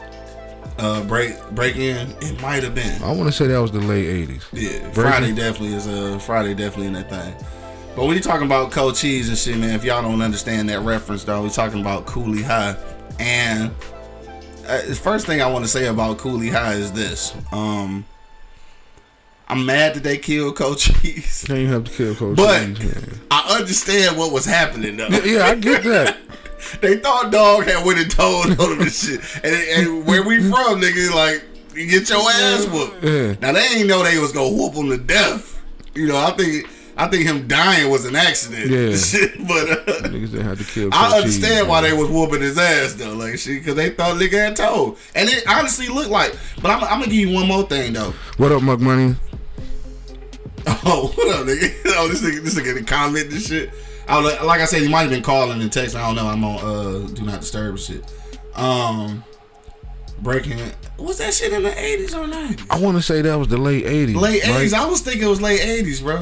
uh break break in, it might have been. I want to say that was the late '80s. Yeah, Breaking- Friday definitely is uh Friday definitely in that thing. But when you talking about cold cheese and shit, man, if y'all don't understand that reference, though, we talking about Cooley High. And uh, the first thing I want to say about Cooley High is this: um, I'm mad that they killed Cold Cheese, Can't even have to kill Coach but Cheese, man. I understand what was happening though. Yeah, I get that. They thought dog had went and told on them and shit. And, and where we from, nigga, like, you get your ass whooped. Yeah. Now they ain't know they was gonna whoop him to death. You know, I think I think him dying was an accident. Yeah. Shit, but uh, Niggas didn't have to kill. Coach I Cheese, understand why man. they was whooping his ass though, like shit, because they thought nigga had told, and it honestly looked like. But I'm, I'm gonna give you one more thing though. What up, Mug Money? Oh, what up, nigga? Oh, this nigga, this nigga comment and shit. I was like, like I said, you might have been calling and texting. I don't know. I'm on uh, do not disturb and shit. Um, breaking. Was that shit in the eighties or nineties? I want to say that was the late '80s. Late right? eighties. I was thinking it was late eighties, bro.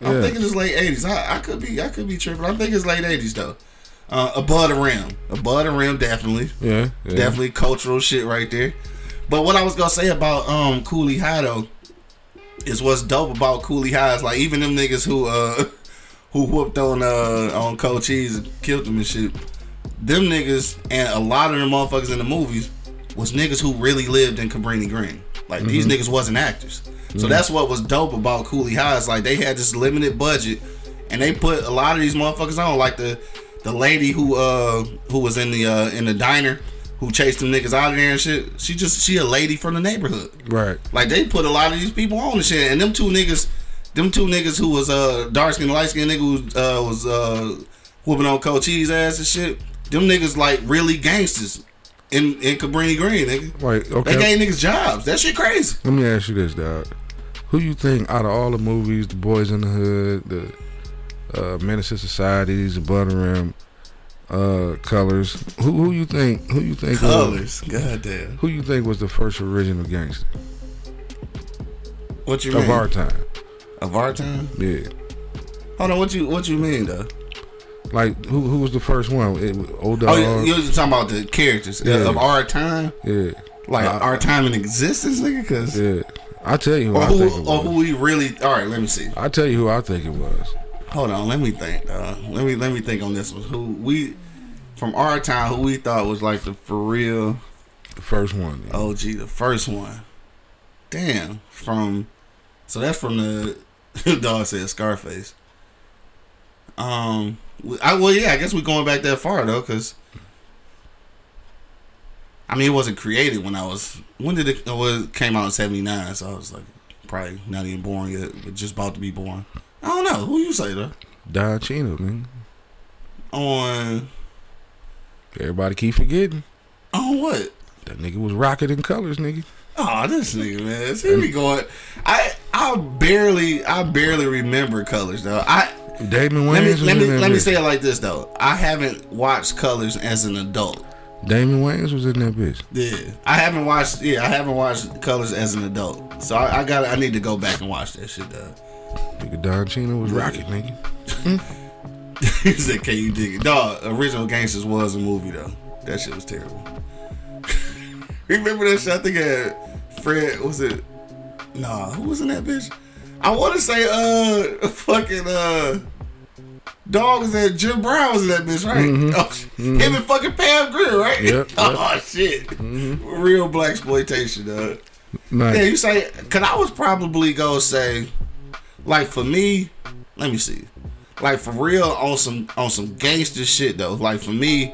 I'm Yeah. thinking it's late eighties. I, I could be I could be tripping. I think it's late eighties though. Uh, above the rim, above the rim, definitely, Yeah, yeah. definitely cultural shit right there. But what I was gonna say about um Cooley High though is what's dope about Cooley High is like even them niggas who uh who whooped on uh on Cold Cheese and killed him and shit. Them niggas and a lot of the motherfuckers in the movies was niggas who really lived in Cabrini Green. Like these niggas wasn't actors. So that's what was dope about Cooley High is like they had this limited budget and they put a lot of these motherfuckers on. Like the the lady who uh who was in the uh in the diner who chased them niggas out of there and shit. She just she a lady from the neighborhood. Right. Like they put a lot of these people on the shit, and them two niggas, them two niggas who was uh dark skinned light skinned nigga who uh, was uh whooping on Coach Cheese ass and shit. Them niggas like really gangsters in in Cabrini Green, nigga. Like, okay. They gave niggas jobs. That shit crazy. Let me ask you this, dog. Who you think out of all the movies, The Boys in the Hood, The uh, Menace to Societies, The Butter Rim, uh, Colors? Who who you think? Who you think? Was, Colors, goddamn. who you think was the first original gangster What you mean? of our time? Of our time? Yeah. Hold on. What you what you mean though? Like who who was the first one? It was Old Oh, Dog. you, you're just talking about the characters uh, Uh-huh. Yeah. of our time, yeah. like Uh, our time in existence, nigga. Cause Yeah. I tell you who or I think it who or who was. we really? All right, let me see. I tell you who I think it was. Hold on, let me think. Uh, let me let me think on this one. Who we from our time? Who we thought was like the for real The first one. OG, the first one. Damn, from so that's from the dog said Scarface. Um, we- I well yeah, I guess we're going back that far though, cause I mean it wasn't created when I was when did it, it was it came out in '79, so I was like probably not even born yet, but just about to be born. I don't know who you say though Don Chino, man. on Everybody keep forgetting. on what? That nigga was rocking in colors, nigga. Oh, this nigga, man. Here we going. I I barely I barely remember colors though. I Damon Wayans let me was let in me that let me bitch. say it like this though. I haven't watched colors as an adult. Damon Wayans was in that bitch. Yeah, I haven't watched. Yeah, I haven't watched colors as an adult. So I, I got. I need to go back and watch that shit though. Nigga Don Chino was rocking, nigga. he said, "Can you dig it?" Dog, original gangsters was a movie though. That shit was terrible. Remember that shit? I think it had Fred. what Was it? Nah, who was in that bitch? I want to say, uh, fucking, uh, dog was that Jim Brown was in that bitch, right? Oh, sh- Him and fucking Pam Grier, right? Mm-hmm. Yep, yep. Mm-hmm. oh shit, real black exploitation, dog. Nice. Yeah, you say, cause I was probably gonna say, like for me, let me see, like for real on some on some gangster shit though. Like for me,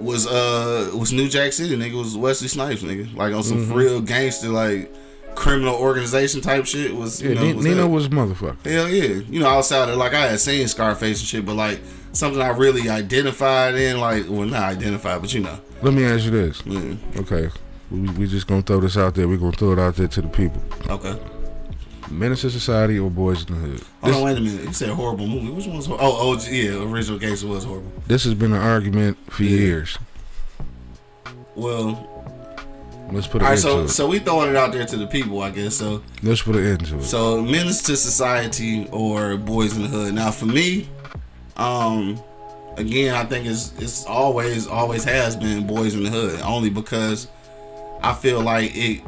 was uh was New Jack City nigga was Wesley Snipes nigga. Like on Mm-hmm. some for real gangster like criminal organization type shit was you Yeah, know Ni- was Nino that. was a motherfucker. Hell yeah. You know, outside of like I had seen Scarface and shit, but like something I really identified in, like well not identified, but you know. Let me ask you this. Mm, Okay. We, we just gonna throw this out there. we gonna throw it out there to the people. okay. Menace to Society or Boys in the Hood. Hold on, Oh, wait a minute. You said horrible movie. Which one's horrible? Oh, oh, yeah. Original Gangster was horrible. This has been an argument for years. Well, Let's put all an right. end to So, it. so we throwing it out there to the people, I guess. So, Let's put an end to it. so Menace to Society or Boys in the Hood. Now, for me, um, again, I think it's it's always always has been Boys in the Hood, only because I feel like it.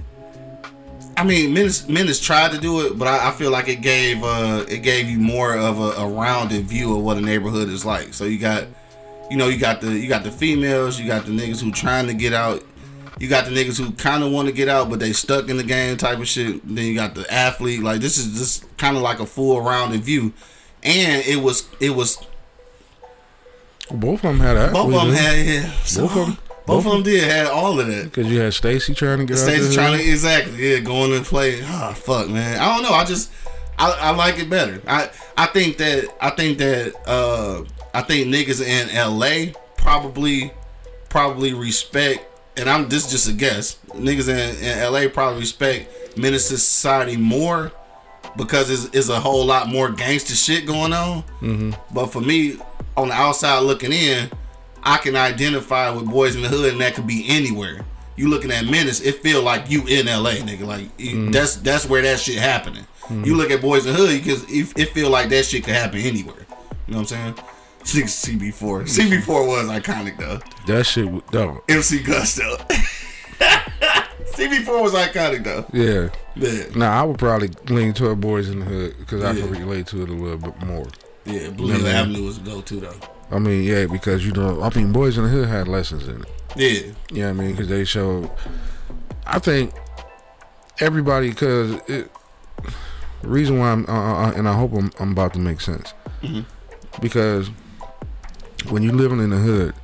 I mean, Menace, Menace tried to do it, but I, I feel like it gave uh it gave you more of a, a rounded view of what a neighborhood is like. So you got, you know, you got the you got the females, you got the niggas who trying to get out, you got the niggas who kind of want to get out but they stuck in the game type of shit. Then you got the athlete. Like this is just kind of like a full rounded view, and it was it was both of them had that. both of them had yeah. So, Both of 'em- both of them did had all of that. Because you had Stacy trying to get out Stacy's the trying hood. to exactly yeah going and play. Ah fuck man, I don't know. I just I, I like it better. I I think that I think that uh I think niggas in L.A. probably probably respect. And I'm this just a guess. Niggas in, in L.A. probably respect Menace to Society more because it's, it's a whole lot more gangster shit going on. But for me, on the outside looking in, I can identify with Boys in the Hood, and that could be anywhere. you looking at Menace, it feel like you in LA, nigga. Like you, Mm-hmm. that's that's where that shit happening. You look at Boys in the Hood because it, it feel like that shit could happen anywhere. You know what I'm saying? Six Mm-hmm. CB4. CB4 was iconic though. That shit, w- though. MC Gusto. CB4 was iconic though. Yeah. Yeah, Now I would probably lean toward Boys in the Hood because I can Yeah. relate to it a little bit more. yeah. Blue Hill Yeah, man. Avenue was a go-to though. I mean, yeah, because you know, I mean, Boys in the Hood had lessons in it. Yeah, Yeah, I mean, because they showed. I think everybody, because it. Reason why I'm, uh, uh, and I hope I'm, I'm about to make sense, Mm-hmm. because when you living in the hood,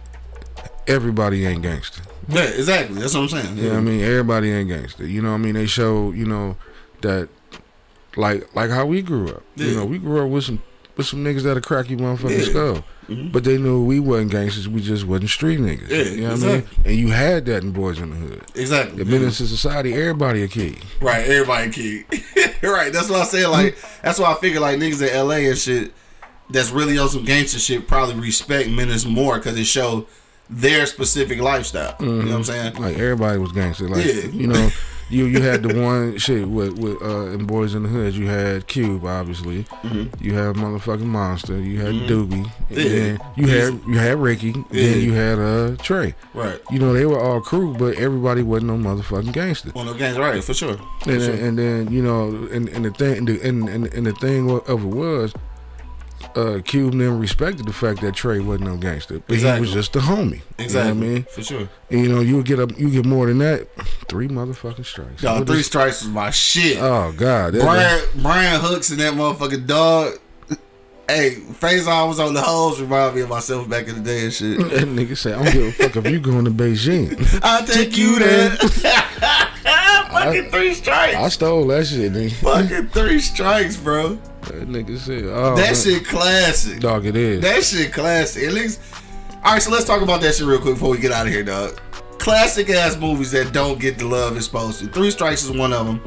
everybody ain't gangster. yeah. Exactly. That's what I'm saying. Yeah, I mean, everybody ain't gangster. You know, what I mean, they show you know that, like, like how we grew up. You Yeah. know, we grew up with some with some niggas that'll crack you motherfucking Yeah. Mm-hmm. skull. But they knew we wasn't gangsters. We just wasn't street niggas. Yeah, you know what exactly. I mean. And you had that in Boys in the Hood. Exactly. The yeah. menace to society, everybody a kid. Right, everybody kid. right, that's what I said. Like, that's why I figure like niggas in LA and shit that's really on some gangster shit probably respect Menace more because it show their specific lifestyle. You know what I'm saying? Like everybody was gangster. Like Yeah. you know, you you had the one shit with with uh, in Boys in the Hood. You had Cube, obviously. You had motherfucking Monster. You had Doobie. And Mm-hmm. Yeah. then you had you had Ricky. Yeah. Then you had uh Trey. Right. You know they were all crew, but everybody wasn't no motherfucking gangster. Well, no gangs, right? For sure. For And, sure. then, and then you know, and, and the thing, and, the- and, and, and the thing of it was, uh, Cube then respected the fact that Trey wasn't no gangster, but he Exactly. was just a homie. exactly. You know what I mean, For sure. And, you know, you get up, you get more than that, three motherfucking strikes. Yo, What three is- strikes was my shit. oh God, that- Brian Brian Hooks and that motherfucking dog. Hey, phase I was on the hose remind me of myself back in the day and shit. that nigga said, "I don't give a fuck if you going to Beijing." I'll take, you there. Fucking three strikes. I stole that shit. Nigga. Fucking three strikes, bro. That nigga said, "Oh, That man. shit classic. dog, it is." That shit classic. At least. All right, so let's talk about that shit real quick before we get out of here, dog. Classic ass movies that don't get the love it's supposed to. Three Strikes is one of them.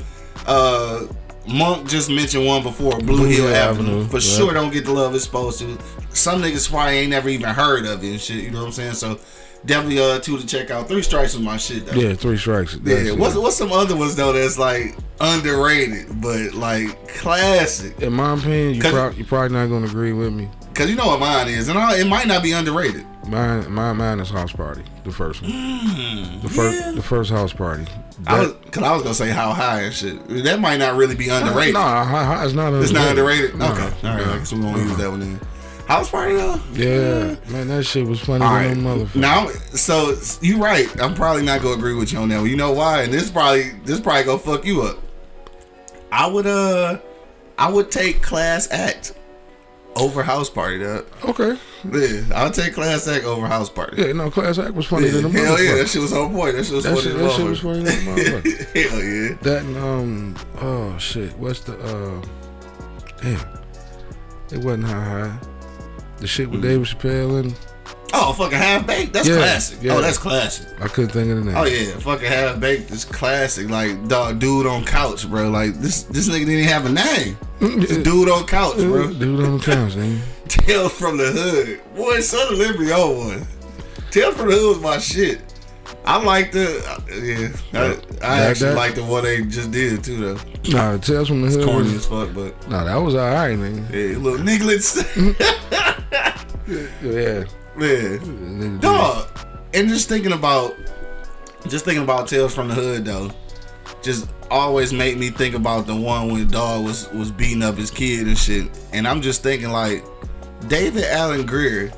Uh, Monk just mentioned one before, Blue, Hill, Avenue. For yeah. sure, don't get the love it's supposed to. Some niggas probably ain't never even heard of it and shit. You know what I'm saying? So definitely uh two to check out. Three Strikes was my shit though. yeah, three strikes. That's Yeah, it. what's, what's some other ones though that's like underrated but like classic? In my opinion, you Cause- prob- you're probably not gonna agree with me. Cause you know what mine is, and I, it might not be underrated. Mine, my mine is house party. The first one. the first, the first house party. Mm, I was, cause I was gonna say how high and shit. That might not really be underrated. No, hi- hi- it's not underrated. it's not underrated. No, okay, all right. no. I guess we're gonna use that one then. House party though. Yeah, man, that shit was funny All than right. a motherfucker. Now, so you right. I'm probably not gonna agree with you on that. one. You know why? And this probably this probably gonna fuck you up. I would uh, I would take class act over house party. Though. Okay. Yeah, I'll take class act over house party. Yeah, no, Class Act was funny Yeah, than a motherfucker. Hell yeah, that shit was on point. That shit was that, funny. shit, as that shit was motherfucker. funny than a motherfucker. Hell yeah. That and, um, oh shit, what's the, uh, damn. It wasn't high high. The shit Mm. with David Chappelle and Oh, fucking half baked. That's Yeah, classic. yeah. Oh, that's classic. I couldn't think of the name. Oh yeah, fucking half baked is classic. Like dog, dude on couch, bro. Like this, this nigga didn't even have a name. Mm-hmm. Just dude on couch, bro. Dude on the couch, nigga. Tell from the hood, boy. Son of Liberty on one. Tell from the hood was my shit. I like the yeah. I, I That- actually that- like the one they just did too though. Nah, the Tales from the Hood. Corny was- as fuck, but Nah, that was alright, nigga. yeah, little nigglets. Yeah. Yeah. Nigga, Dog. And just thinking about just thinking about Tales from the Hood though, just always made me think about the one when Dog was was beating up his kid and shit. And I'm just thinking like David Allen Greer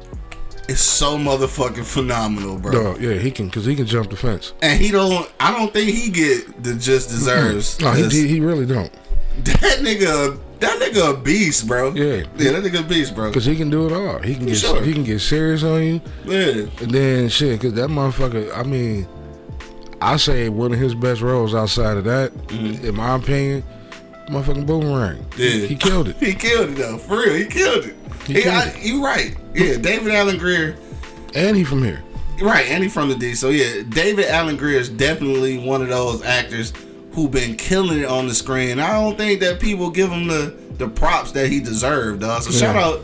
is so motherfucking phenomenal, bro. Dog, yeah, he can, cause he can jump the fence. And he don't I don't think he get the just deserves. No, he, 'cause he, he really don't, that nigga that nigga a beast, bro. Yeah. Yeah, that nigga a beast, bro. cause he can do it all. He can get, Sure. he can get serious on you, Yeah. and then shit, cause that motherfucker. I mean, I say one of his best roles outside of that, in my opinion, motherfucking boomerang. Mm-hmm. Yeah. he, he killed it. He killed it though, for real. He killed it. He He- killed I- it. You right. Yeah, David Allen Greer. And he from here. Right, and he from the D. So yeah, David Allen Greer is definitely one of those actors who been killing it on the screen. I don't think that people give him the the props that he deserved. Dog. So shout Yeah. out,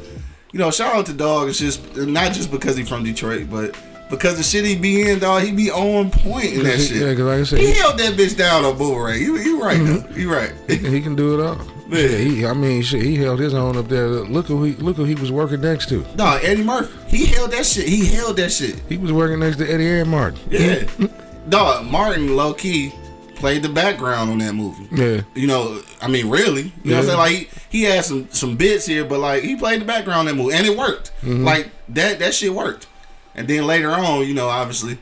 you know, shout out to Dog. It's just not just because he's from Detroit, but because the shit he be in, dog, he be on point in that Cause he- Yeah, shit. because like I said, He he, Mm-hmm. held that bitch down on Boomerang. You you right though. You right. he can do it all. Yeah. Shit, he, I mean, shit, he held his own up there. Look who he, look who he was working next to. No, Eddie Murphy. He held that shit. He held that shit. He was working next to Eddie and Martin. Yeah. Dog, Martin low key played the background on that movie. Yeah. You know, I mean, really. You know what I'm Yeah. saying? Like he, he had some some bits here, but like he played the background in that movie, and it worked. Like that that shit worked. And then later on, you know, obviously,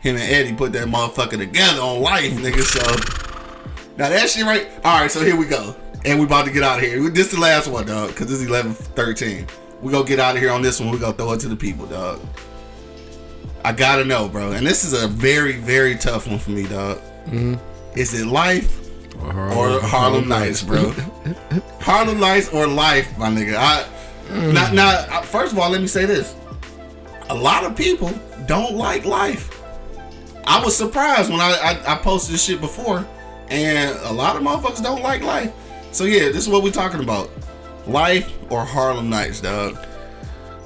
him and Eddie put that motherfucker together on life, nigga. So now that shit right. All right, so here we go, and we about to get out of here. This the last one, dog, because this is 11, 13. We gonna get out of here on this one. We gonna throw it to the people, dog. I gotta know, bro. And this is a very, very tough one for me, dog. Is it life Or or Harlem Nights, bro. Harlem Nights or life, my nigga. I Mm. not not. I- First of all, let me say this: a lot of people don't like life. I was surprised when I I, I posted this shit before, and a lot of motherfuckers don't like life. So yeah, this is what we're talking about: life or Harlem Nights, dog.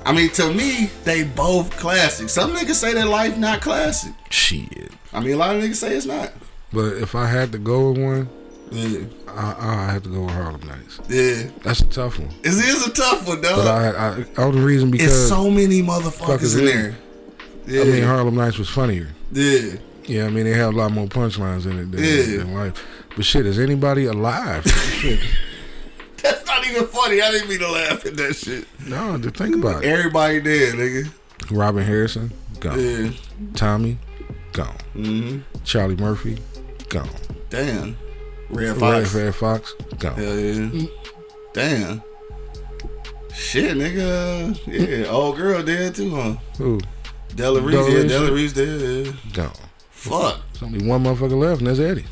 I mean, to me, they both classic. Some niggas say that life not classic. Shit. I mean, a lot of niggas say it's not. But if I had to go with one, Yeah, I, I have to go with Harlem Nights. yeah. That's a tough one. It is a tough one, dog. But I, I only reason It's because so many motherfuckers Fuckers in in. there. Yeah, I mean Harlem Nights was funnier. yeah. Yeah, I mean they had a lot more punchlines in it than, Yeah. than life. But shit, is anybody alive? Shit. That's not even funny. I didn't mean to laugh at that shit. No, to think about it. Everybody dead, nigga. Robin Harrison gone. Yeah. Tommy gone. Mm-hmm. Charlie Murphy gone. Damn. Red Red Fox. Fred Fox gone. Hell yeah. Damn. Shit, nigga. Yeah. Old girl dead too, huh? Who Della Reese. Yeah, Reese. Della Reese dead. yeah. gone? Fuck. There's only one motherfucker left, and that's Eddie.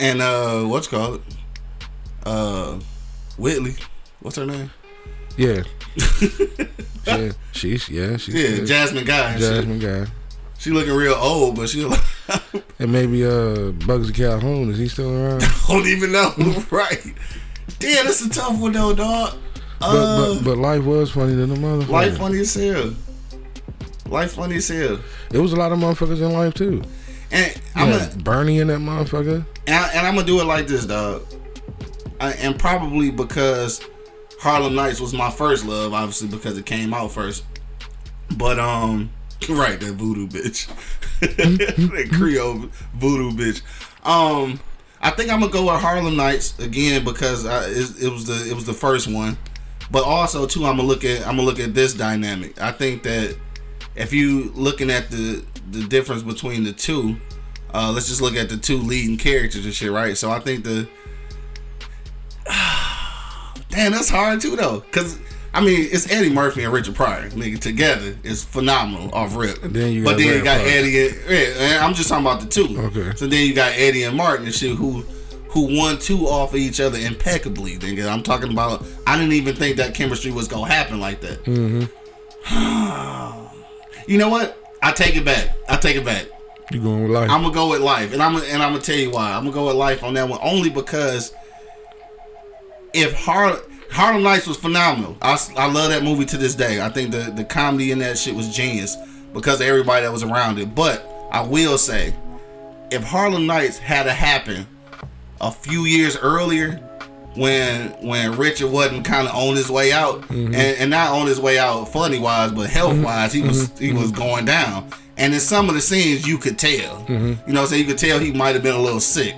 And uh, what's called? Uh, Whitley. What's her name? Yeah. yeah, she's yeah, she's Yeah, yeah. Jasmine Guy. She, Jasmine guy. she looking real old, but she like, And maybe uh Bugsy Calhoun, is he still around? don't even know. right. Damn, that's a tough one though, dog. Uh, but, but but life was funny than the motherfucker. life funny as hell. Life funny as hell. It was a lot of motherfuckers in life too. And I'm Yeah, gonna Bernie in that motherfucker. and, and I'm gonna do it like this, dog. I, and probably because Harlem Nights was my first love, obviously because it came out first. But um, right that voodoo bitch, that Creole voodoo bitch. Um, I think I'm gonna go with Harlem Nights again because I, it, it was the it was the first one. But also too, I'm gonna look at I'm gonna look at this dynamic. I think that if you looking at the the difference between the two, uh, let's just look at the two leading characters and shit, right? So I think the damn that's hard too though, because I mean it's Eddie Murphy and Richard Pryor, nigga, together is phenomenal off rip. then you but got then you Red got Fox. Eddie. And, yeah, and I'm just talking about the two. Okay. So then you got Eddie and Martin and shit who. Who won two off of each other impeccably? Nigga, I'm talking about. I didn't even think that chemistry was gonna happen like that. You know what? I take it back. I take it back. You going with life? I'm gonna go with life, and I'm gonna, and I'm gonna tell you why. I'm gonna go with life on that one only because if Har- Harlem Nights was phenomenal, I, s- I love that movie to this day. I think the the comedy in that shit was genius because of everybody that was around it. But I will say, if Harlem Nights had to happen a few years earlier, when when Richard wasn't kind of on his way out, and, and not on his way out funny wise, but health wise, he was he was going down. And in some of the scenes, you could tell, you know, so you could tell he might have been a little sick.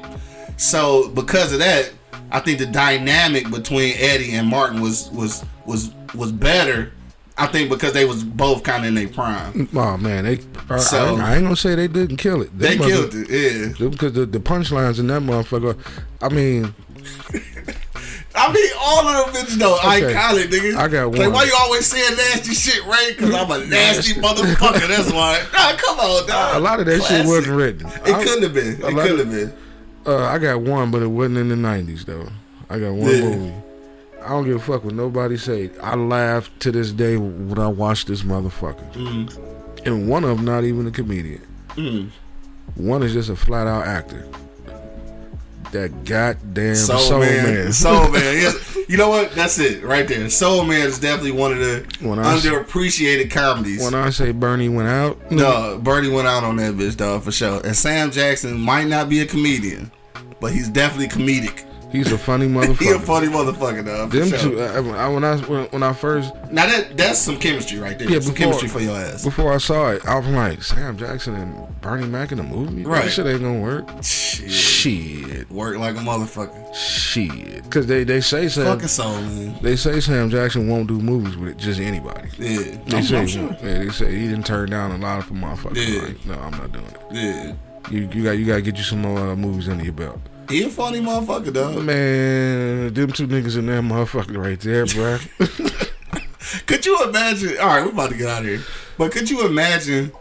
So because of that, I think the dynamic between Eddie and Martin was was was was better. I think because they was both kind of in their prime, oh man, they. I- I, So- I ain't gonna say they didn't kill it. they killed it. Yeah, Because the, the punchlines in that motherfucker, I mean, I mean, all of them bitches though Okay. iconic, nigga. I got Like, one. why you always saying nasty shit, Ray? Because I'm a nasty motherfucker. That's why. Nah, come on, dog. a lot of that shit wasn't written. It I- couldn't have been. a It lot could of- have been. Uh, I got one, but it wasn't in the nineties though. I got one Yeah. movie. I don't give a fuck what nobody say. I laugh to this day when I watch this motherfucker. Mm-hmm. And one of them not even a comedian. One is just a flat out actor. That goddamn soul, man. Soul man. Yes. You know what? That's it right there. Soul Man is definitely one of the When I s- underappreciated comedies. When I say Bernie went out, No, Bernie went out on that bitch, dog, for sure. And Sam Jackson might not be a comedian, but he's definitely comedic. he's a funny He a motherfucker. funny motherfucker, dog. For Them sure. two, uh, I, I, when I when, when I first Now that that's some chemistry right there. Yeah, some before- chemistry for your ass. before I saw it, I was like Sam Jackson and Bernie Mac in a movie. Right. that shit ain't gonna work. Shit. Shit, Work like a motherfucker. shit, because they they say Sam Fucking soul, man. they say Sam Jackson won't do movies with just anybody. Yeah. They I'm, say, I'm sure. yeah, they say he didn't turn down a lot of motherfuckers. Yeah. Like, no, I'm not doing it. Yeah. You you got you got to get you some more uh, movies under your belt. He a funny motherfucker, dog. Man, them two niggas in that motherfucker right there, bro. Could you imagine? All right, we're about to get out of here. But could you imagine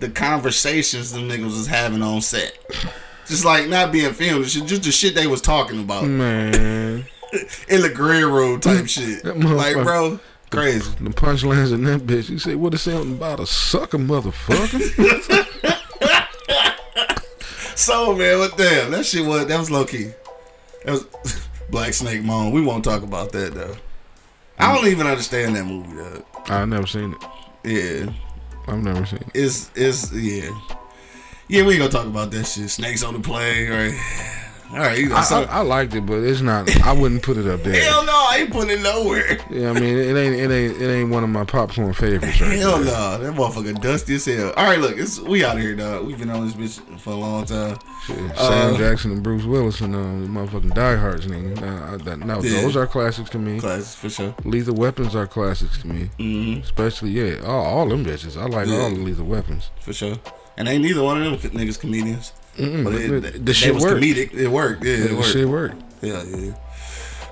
the conversations them niggas was having on set? Just like not being filmed, and shit, just the shit they was talking about Mm. Man, in the green room type shit. Mm. That motherfucker. Like, bro, crazy. the punchlines in that bitch. You say what is something about a sucker motherfucker? So man, what damn? That shit was that was low key. That was Black Snake Moan. We won't talk about that though. Mm. I don't even understand that movie though. I never seen it. Yeah, I've never seen it. it's it's yeah, yeah. We ain't gonna talk about that shit. Snakes on the plane, right? All right, you know, I, so, I, I liked it, but it's not. I wouldn't put it up there. Hell no, I ain't putting it nowhere. Yeah, I mean, it ain't it ain't it ain't one of my popcorn favorites. Right Hell there. no, that motherfucker dusty as hell. All right, look, it's we out of here, dog. We've been on this bitch for a long time. Shit, Uh, Sam Jackson and Bruce Willis and um, the motherfucking Die Hard's nigga. Nah, I- that- no, Yeah. those are classics to me. Class for sure. Lethal Weapons are classics to me. Mm-hmm. Especially, yeah, all, all them bitches. I like Yeah. all the Lethal Weapons. For sure. And ain't neither one of them niggas comedians. Mm-mm, But but it, Mm, the, th- the they shit was worked. comedic. It worked. Yeah, Yeah, it the worked. shit worked. Yeah, yeah. yeah.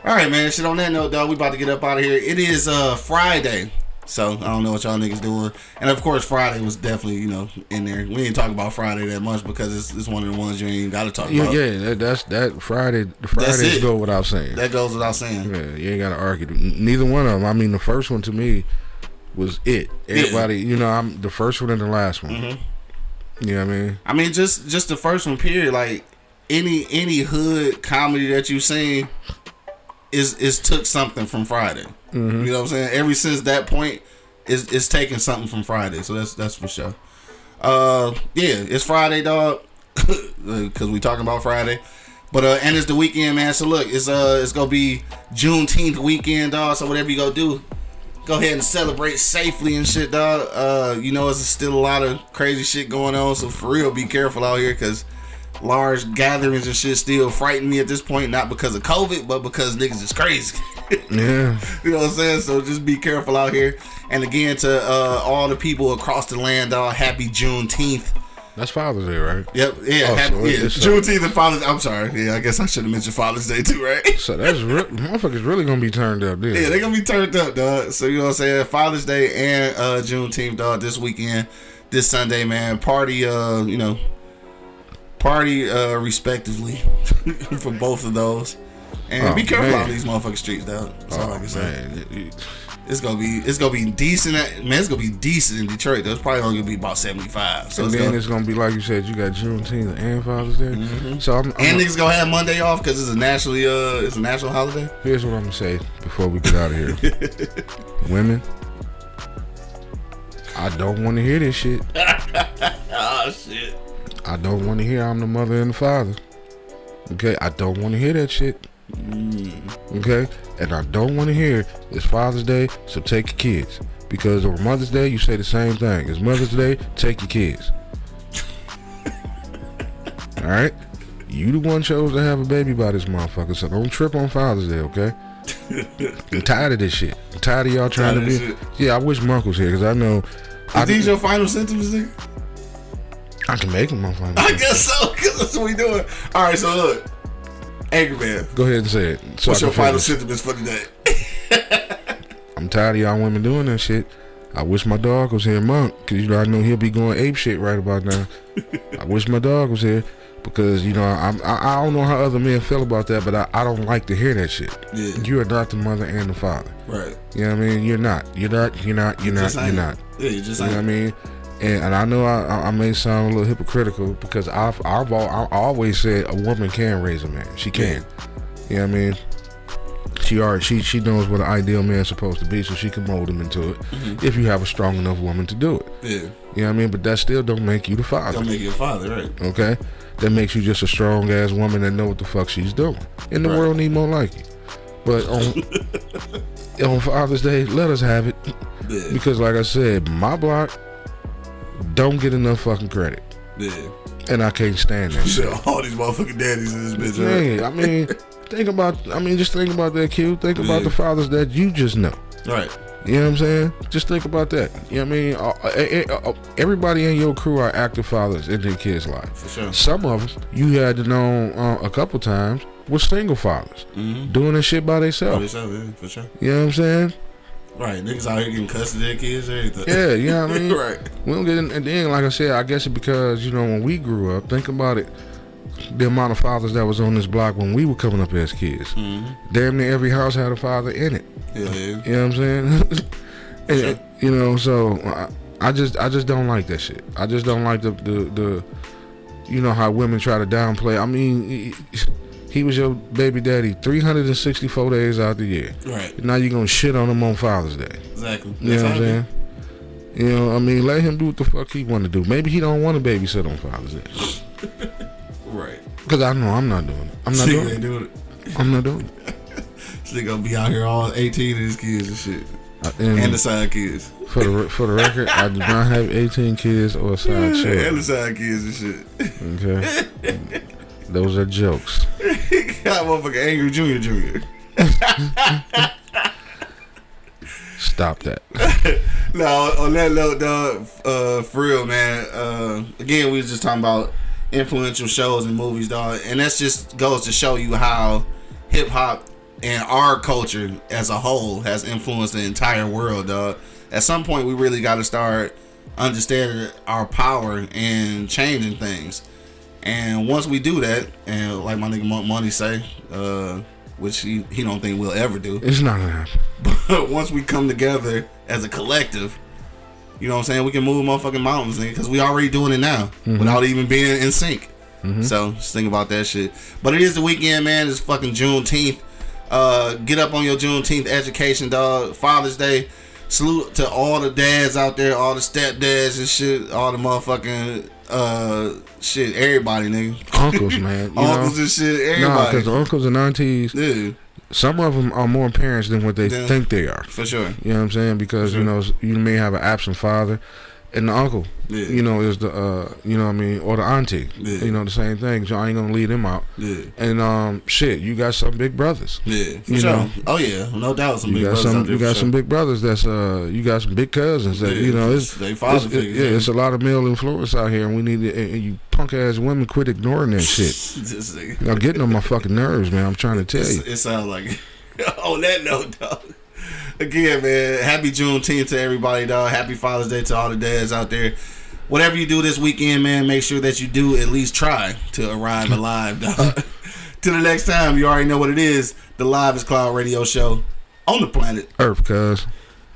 All right, man. Shit. On that note, dog, we about to get up out of here. It is uh Friday, so I don't know what y'all niggas doing. And of course, Friday was definitely you know in there. We ain't talk about Friday that much because it's, it's one of the ones you ain't got to talk Yeah, about. yeah, that, that's that Friday. The Fridays it. go without saying. That goes without saying. yeah, you ain't gotta argue. N- Neither one of them. I mean, the first one to me was it. Everybody, you know, I'm the first one and the last one. Mm-hmm. You know what I mean? I mean, just just the first one. Period. Like any any hood comedy that you've seen is is took something from Friday. You know what I'm saying? Ever since that point, is is taking something from Friday. So that's that's for sure. Uh, yeah, it's Friday, dog. Because we talking about Friday. But uh, and it's the weekend, man. So look, it's uh, it's gonna be Juneteenth weekend, dog. So whatever you go do, go ahead and celebrate safely and shit, dog. Uh, you know, it's still a lot of crazy shit going on, so for real, be careful out here because large gatherings and shit still frighten me at this point. Not because of COVID, but because niggas is crazy. Yeah. you know what I'm saying? So just be careful out here. And again, to uh, all the people across the land, dog, happy Juneteenth. That's Father's Day, right? Yep, yeah, Oh, happy, so yeah. it's- Juneteenth and Father's. I'm sorry, yeah, I guess I should have mentioned Father's Day too, right? So that's re- motherfuckers really gonna be turned up there. Yeah, they're gonna be turned up, dog. So you know what I'm saying? Father's Day and uh Juneteenth, dog, this weekend, this Sunday, man. Party uh, you know, party uh respectively for both of those. And Oh, be careful man. out these motherfucking streets, dog. That's all I oh, can say. man. It- it- It's gonna be it's gonna be decent at, man, it's gonna be decent in Detroit. That's probably only gonna be about seventy five. So and it's then gonna, it's gonna be like you said, you got Juneteenth and Father's Day. So I'm, I'm Mm-hmm. and niggas gonna have Monday off because it's a nationally uh it's a national holiday. here's what I'm gonna say before we get out of here, women. I don't want to hear this shit. Oh shit. I don't want to hear I'm the mother and the father. Okay, I don't want to hear that shit. Mm. Okay, and I don't want to hear it's Father's Day, so take your kids. Because on Mother's Day, you say the same thing. It's Mother's Day, take your kids. All right, you the one chose to have a baby by this motherfucker, so don't trip on Father's Day, okay? I'm tired of this shit. I'm tired of y'all trying Tired of to this be. shit. Yeah, I wish Monk was here because I know I, Is these your final sentences, nigga? I can make him my father. I guess so, because that's what we doing. All right, so look, Angry Man, Go ahead and say it. so what's I your can final finish. sentiments for today? I'm tired of y'all women doing that shit. I wish my dog was here, Monk, because you know I know he'll be going ape shit right about now. I wish my dog was here because you know I'm, I I don't know how other men feel about that, but I, I don't like to hear that shit. Yeah. You are not the mother and the father. Right. You know what I mean? You're not. You're not. You're not. You're not. Just You're ain't. not. Yeah, you just You know what ain't. I mean? And, and I know I, I- I may sound a little hypocritical because I've I've al- I always said a woman can raise a man. She can. You know what I mean? She already she she knows what an ideal man's supposed to be, so she can mold him into it. Mm-hmm. If you have a strong enough woman to do it, Yeah. you know what I mean. But that still don't make you the father. Don't make you a father, right? Okay, that makes you just a strong ass woman that know what the fuck she's doing. And the Right. world need more like you. But on on Father's Day, let us have it Yeah. because, like I said, my block don't get enough fucking credit, Yeah. and I can't stand that. Shit, all these motherfucking daddies in this bitch, right? Yeah, I mean, think about. I mean, just think about that, Q. Think about Yeah. the fathers that you just know. Right. You know what I'm saying? Just think about that. You know what I mean? Uh, uh, eh, eh, uh, everybody in your crew are active fathers in their kids' life. For sure. Some of them you had to know uh, a couple times were single fathers Mm-hmm. doing this shit by For themselves. sure, yeah, for sure. You know what I'm saying? Right, niggas out here getting custody of their kids and everything. Yeah, you know what I mean? right. We don't get in. And then, like I said, I guess it because, you know, when we grew up, think about it. The amount of fathers that was on this block when we were coming up as kids. Damn near every house had a father in it. Yeah, yeah. You know what I'm saying? and, You know, so I, I just I just don't like that shit. I just don't like the the, the you know how women try to downplay. I mean, he- he was your baby daddy 364 days out the year. Right, Now you're gonna shit on him on Father's Day. exactly. You know what I'm how it saying? You know, I mean, let him do what the fuck he want to do. Maybe he don't want to babysit on Father's Day. be. Right. Cause I know I'm not doing it. I'm This not nigga ain't doing it. doing it. I'm not doing it. This nigga gonna be out here all 18 of his kids and shit. I- and And the side kids. for the re- for the record, I do not have 18 kids or a side child. and the side kids and shit. Okay. Those are jokes. Got motherfucking angry Junior Junior. Stop that. No, on that note, dog, uh, for real, man. Uh, again, we was just talking about influential shows and movies, dog, and that's just goes to show you how hip hop and our culture as a whole has influenced the entire world, dog. At some point, we really got to start understanding our power and changing things. And once we do that, and like my nigga Mo- Money say, uh, which he, he don't think we'll ever do. It's not gonna happen. But once we come together as a collective, you know what I'm saying? We can move motherfucking mountains, nigga, because we already doing it now Mm-hmm. without even being in sync. So just think about that shit. But it is the weekend, man. It's fucking Juneteenth. Uh, get up on your Juneteenth education, dog. Father's Day. Salute to all the dads out there, all the stepdads and shit, all the motherfucking uh shit, everybody, nigga, Uncles, man. You uncles know? and shit, Nah, because everybody. the uncles and aunties, yeah, some of them are more parents than what they Yeah. think they are. for sure. You know what I'm saying? Because you know you may have an absent father, and the uncle, Yeah. you know, is the uh, you know what I mean, or the auntie. Yeah. You know the same thing. So I ain't gonna leave them out. Yeah. And um, shit, you got some big brothers. Yeah, for You sure. know. oh yeah, no doubt. Some You big got brothers out some. there You for got sure. some big brothers. That's uh. You got some big cousins. That Yeah, you know. It's, they father it's- it- figures, yeah, yeah. it's a lot of male influence out here, and we need to. And, and you punk ass women, quit ignoring that shit. This nigga. Y'all getting on my fucking nerves, man. I'm trying to tell you. It's- It sounds like it. on that note, dog. Again, man, happy Juneteenth to everybody, dog. Happy Father's Day to all the dads out there. Whatever you do this weekend, man, make sure that you do at least try to arrive alive, dog. Till the next time, you already know what it is. The Live is Cloud Radio Show on the planet. Earth, cuz.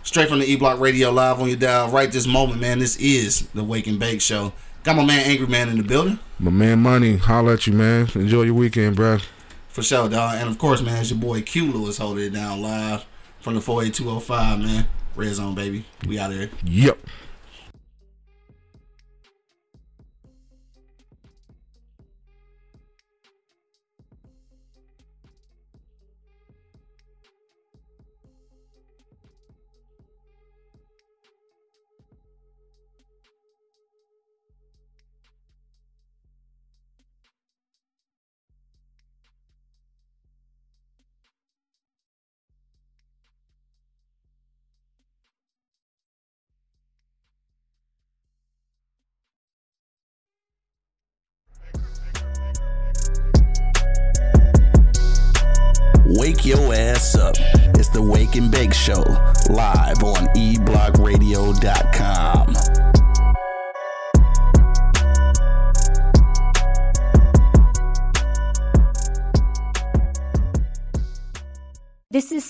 Straight from the E Block Radio Live on your dial right this moment, man. This is the Wake and Bake Show. Got my man Angry Man in the building. But man, money, holla at you, man. Enjoy your weekend, bruh. For sure, dog. And of course, man, it's your boy Q Lewis holding it down live from the 48205, man. Red Zone, baby. We out here. Yep. Wake your ass up. It's the Wake and Bake Show, live on E eblockradio.com. This is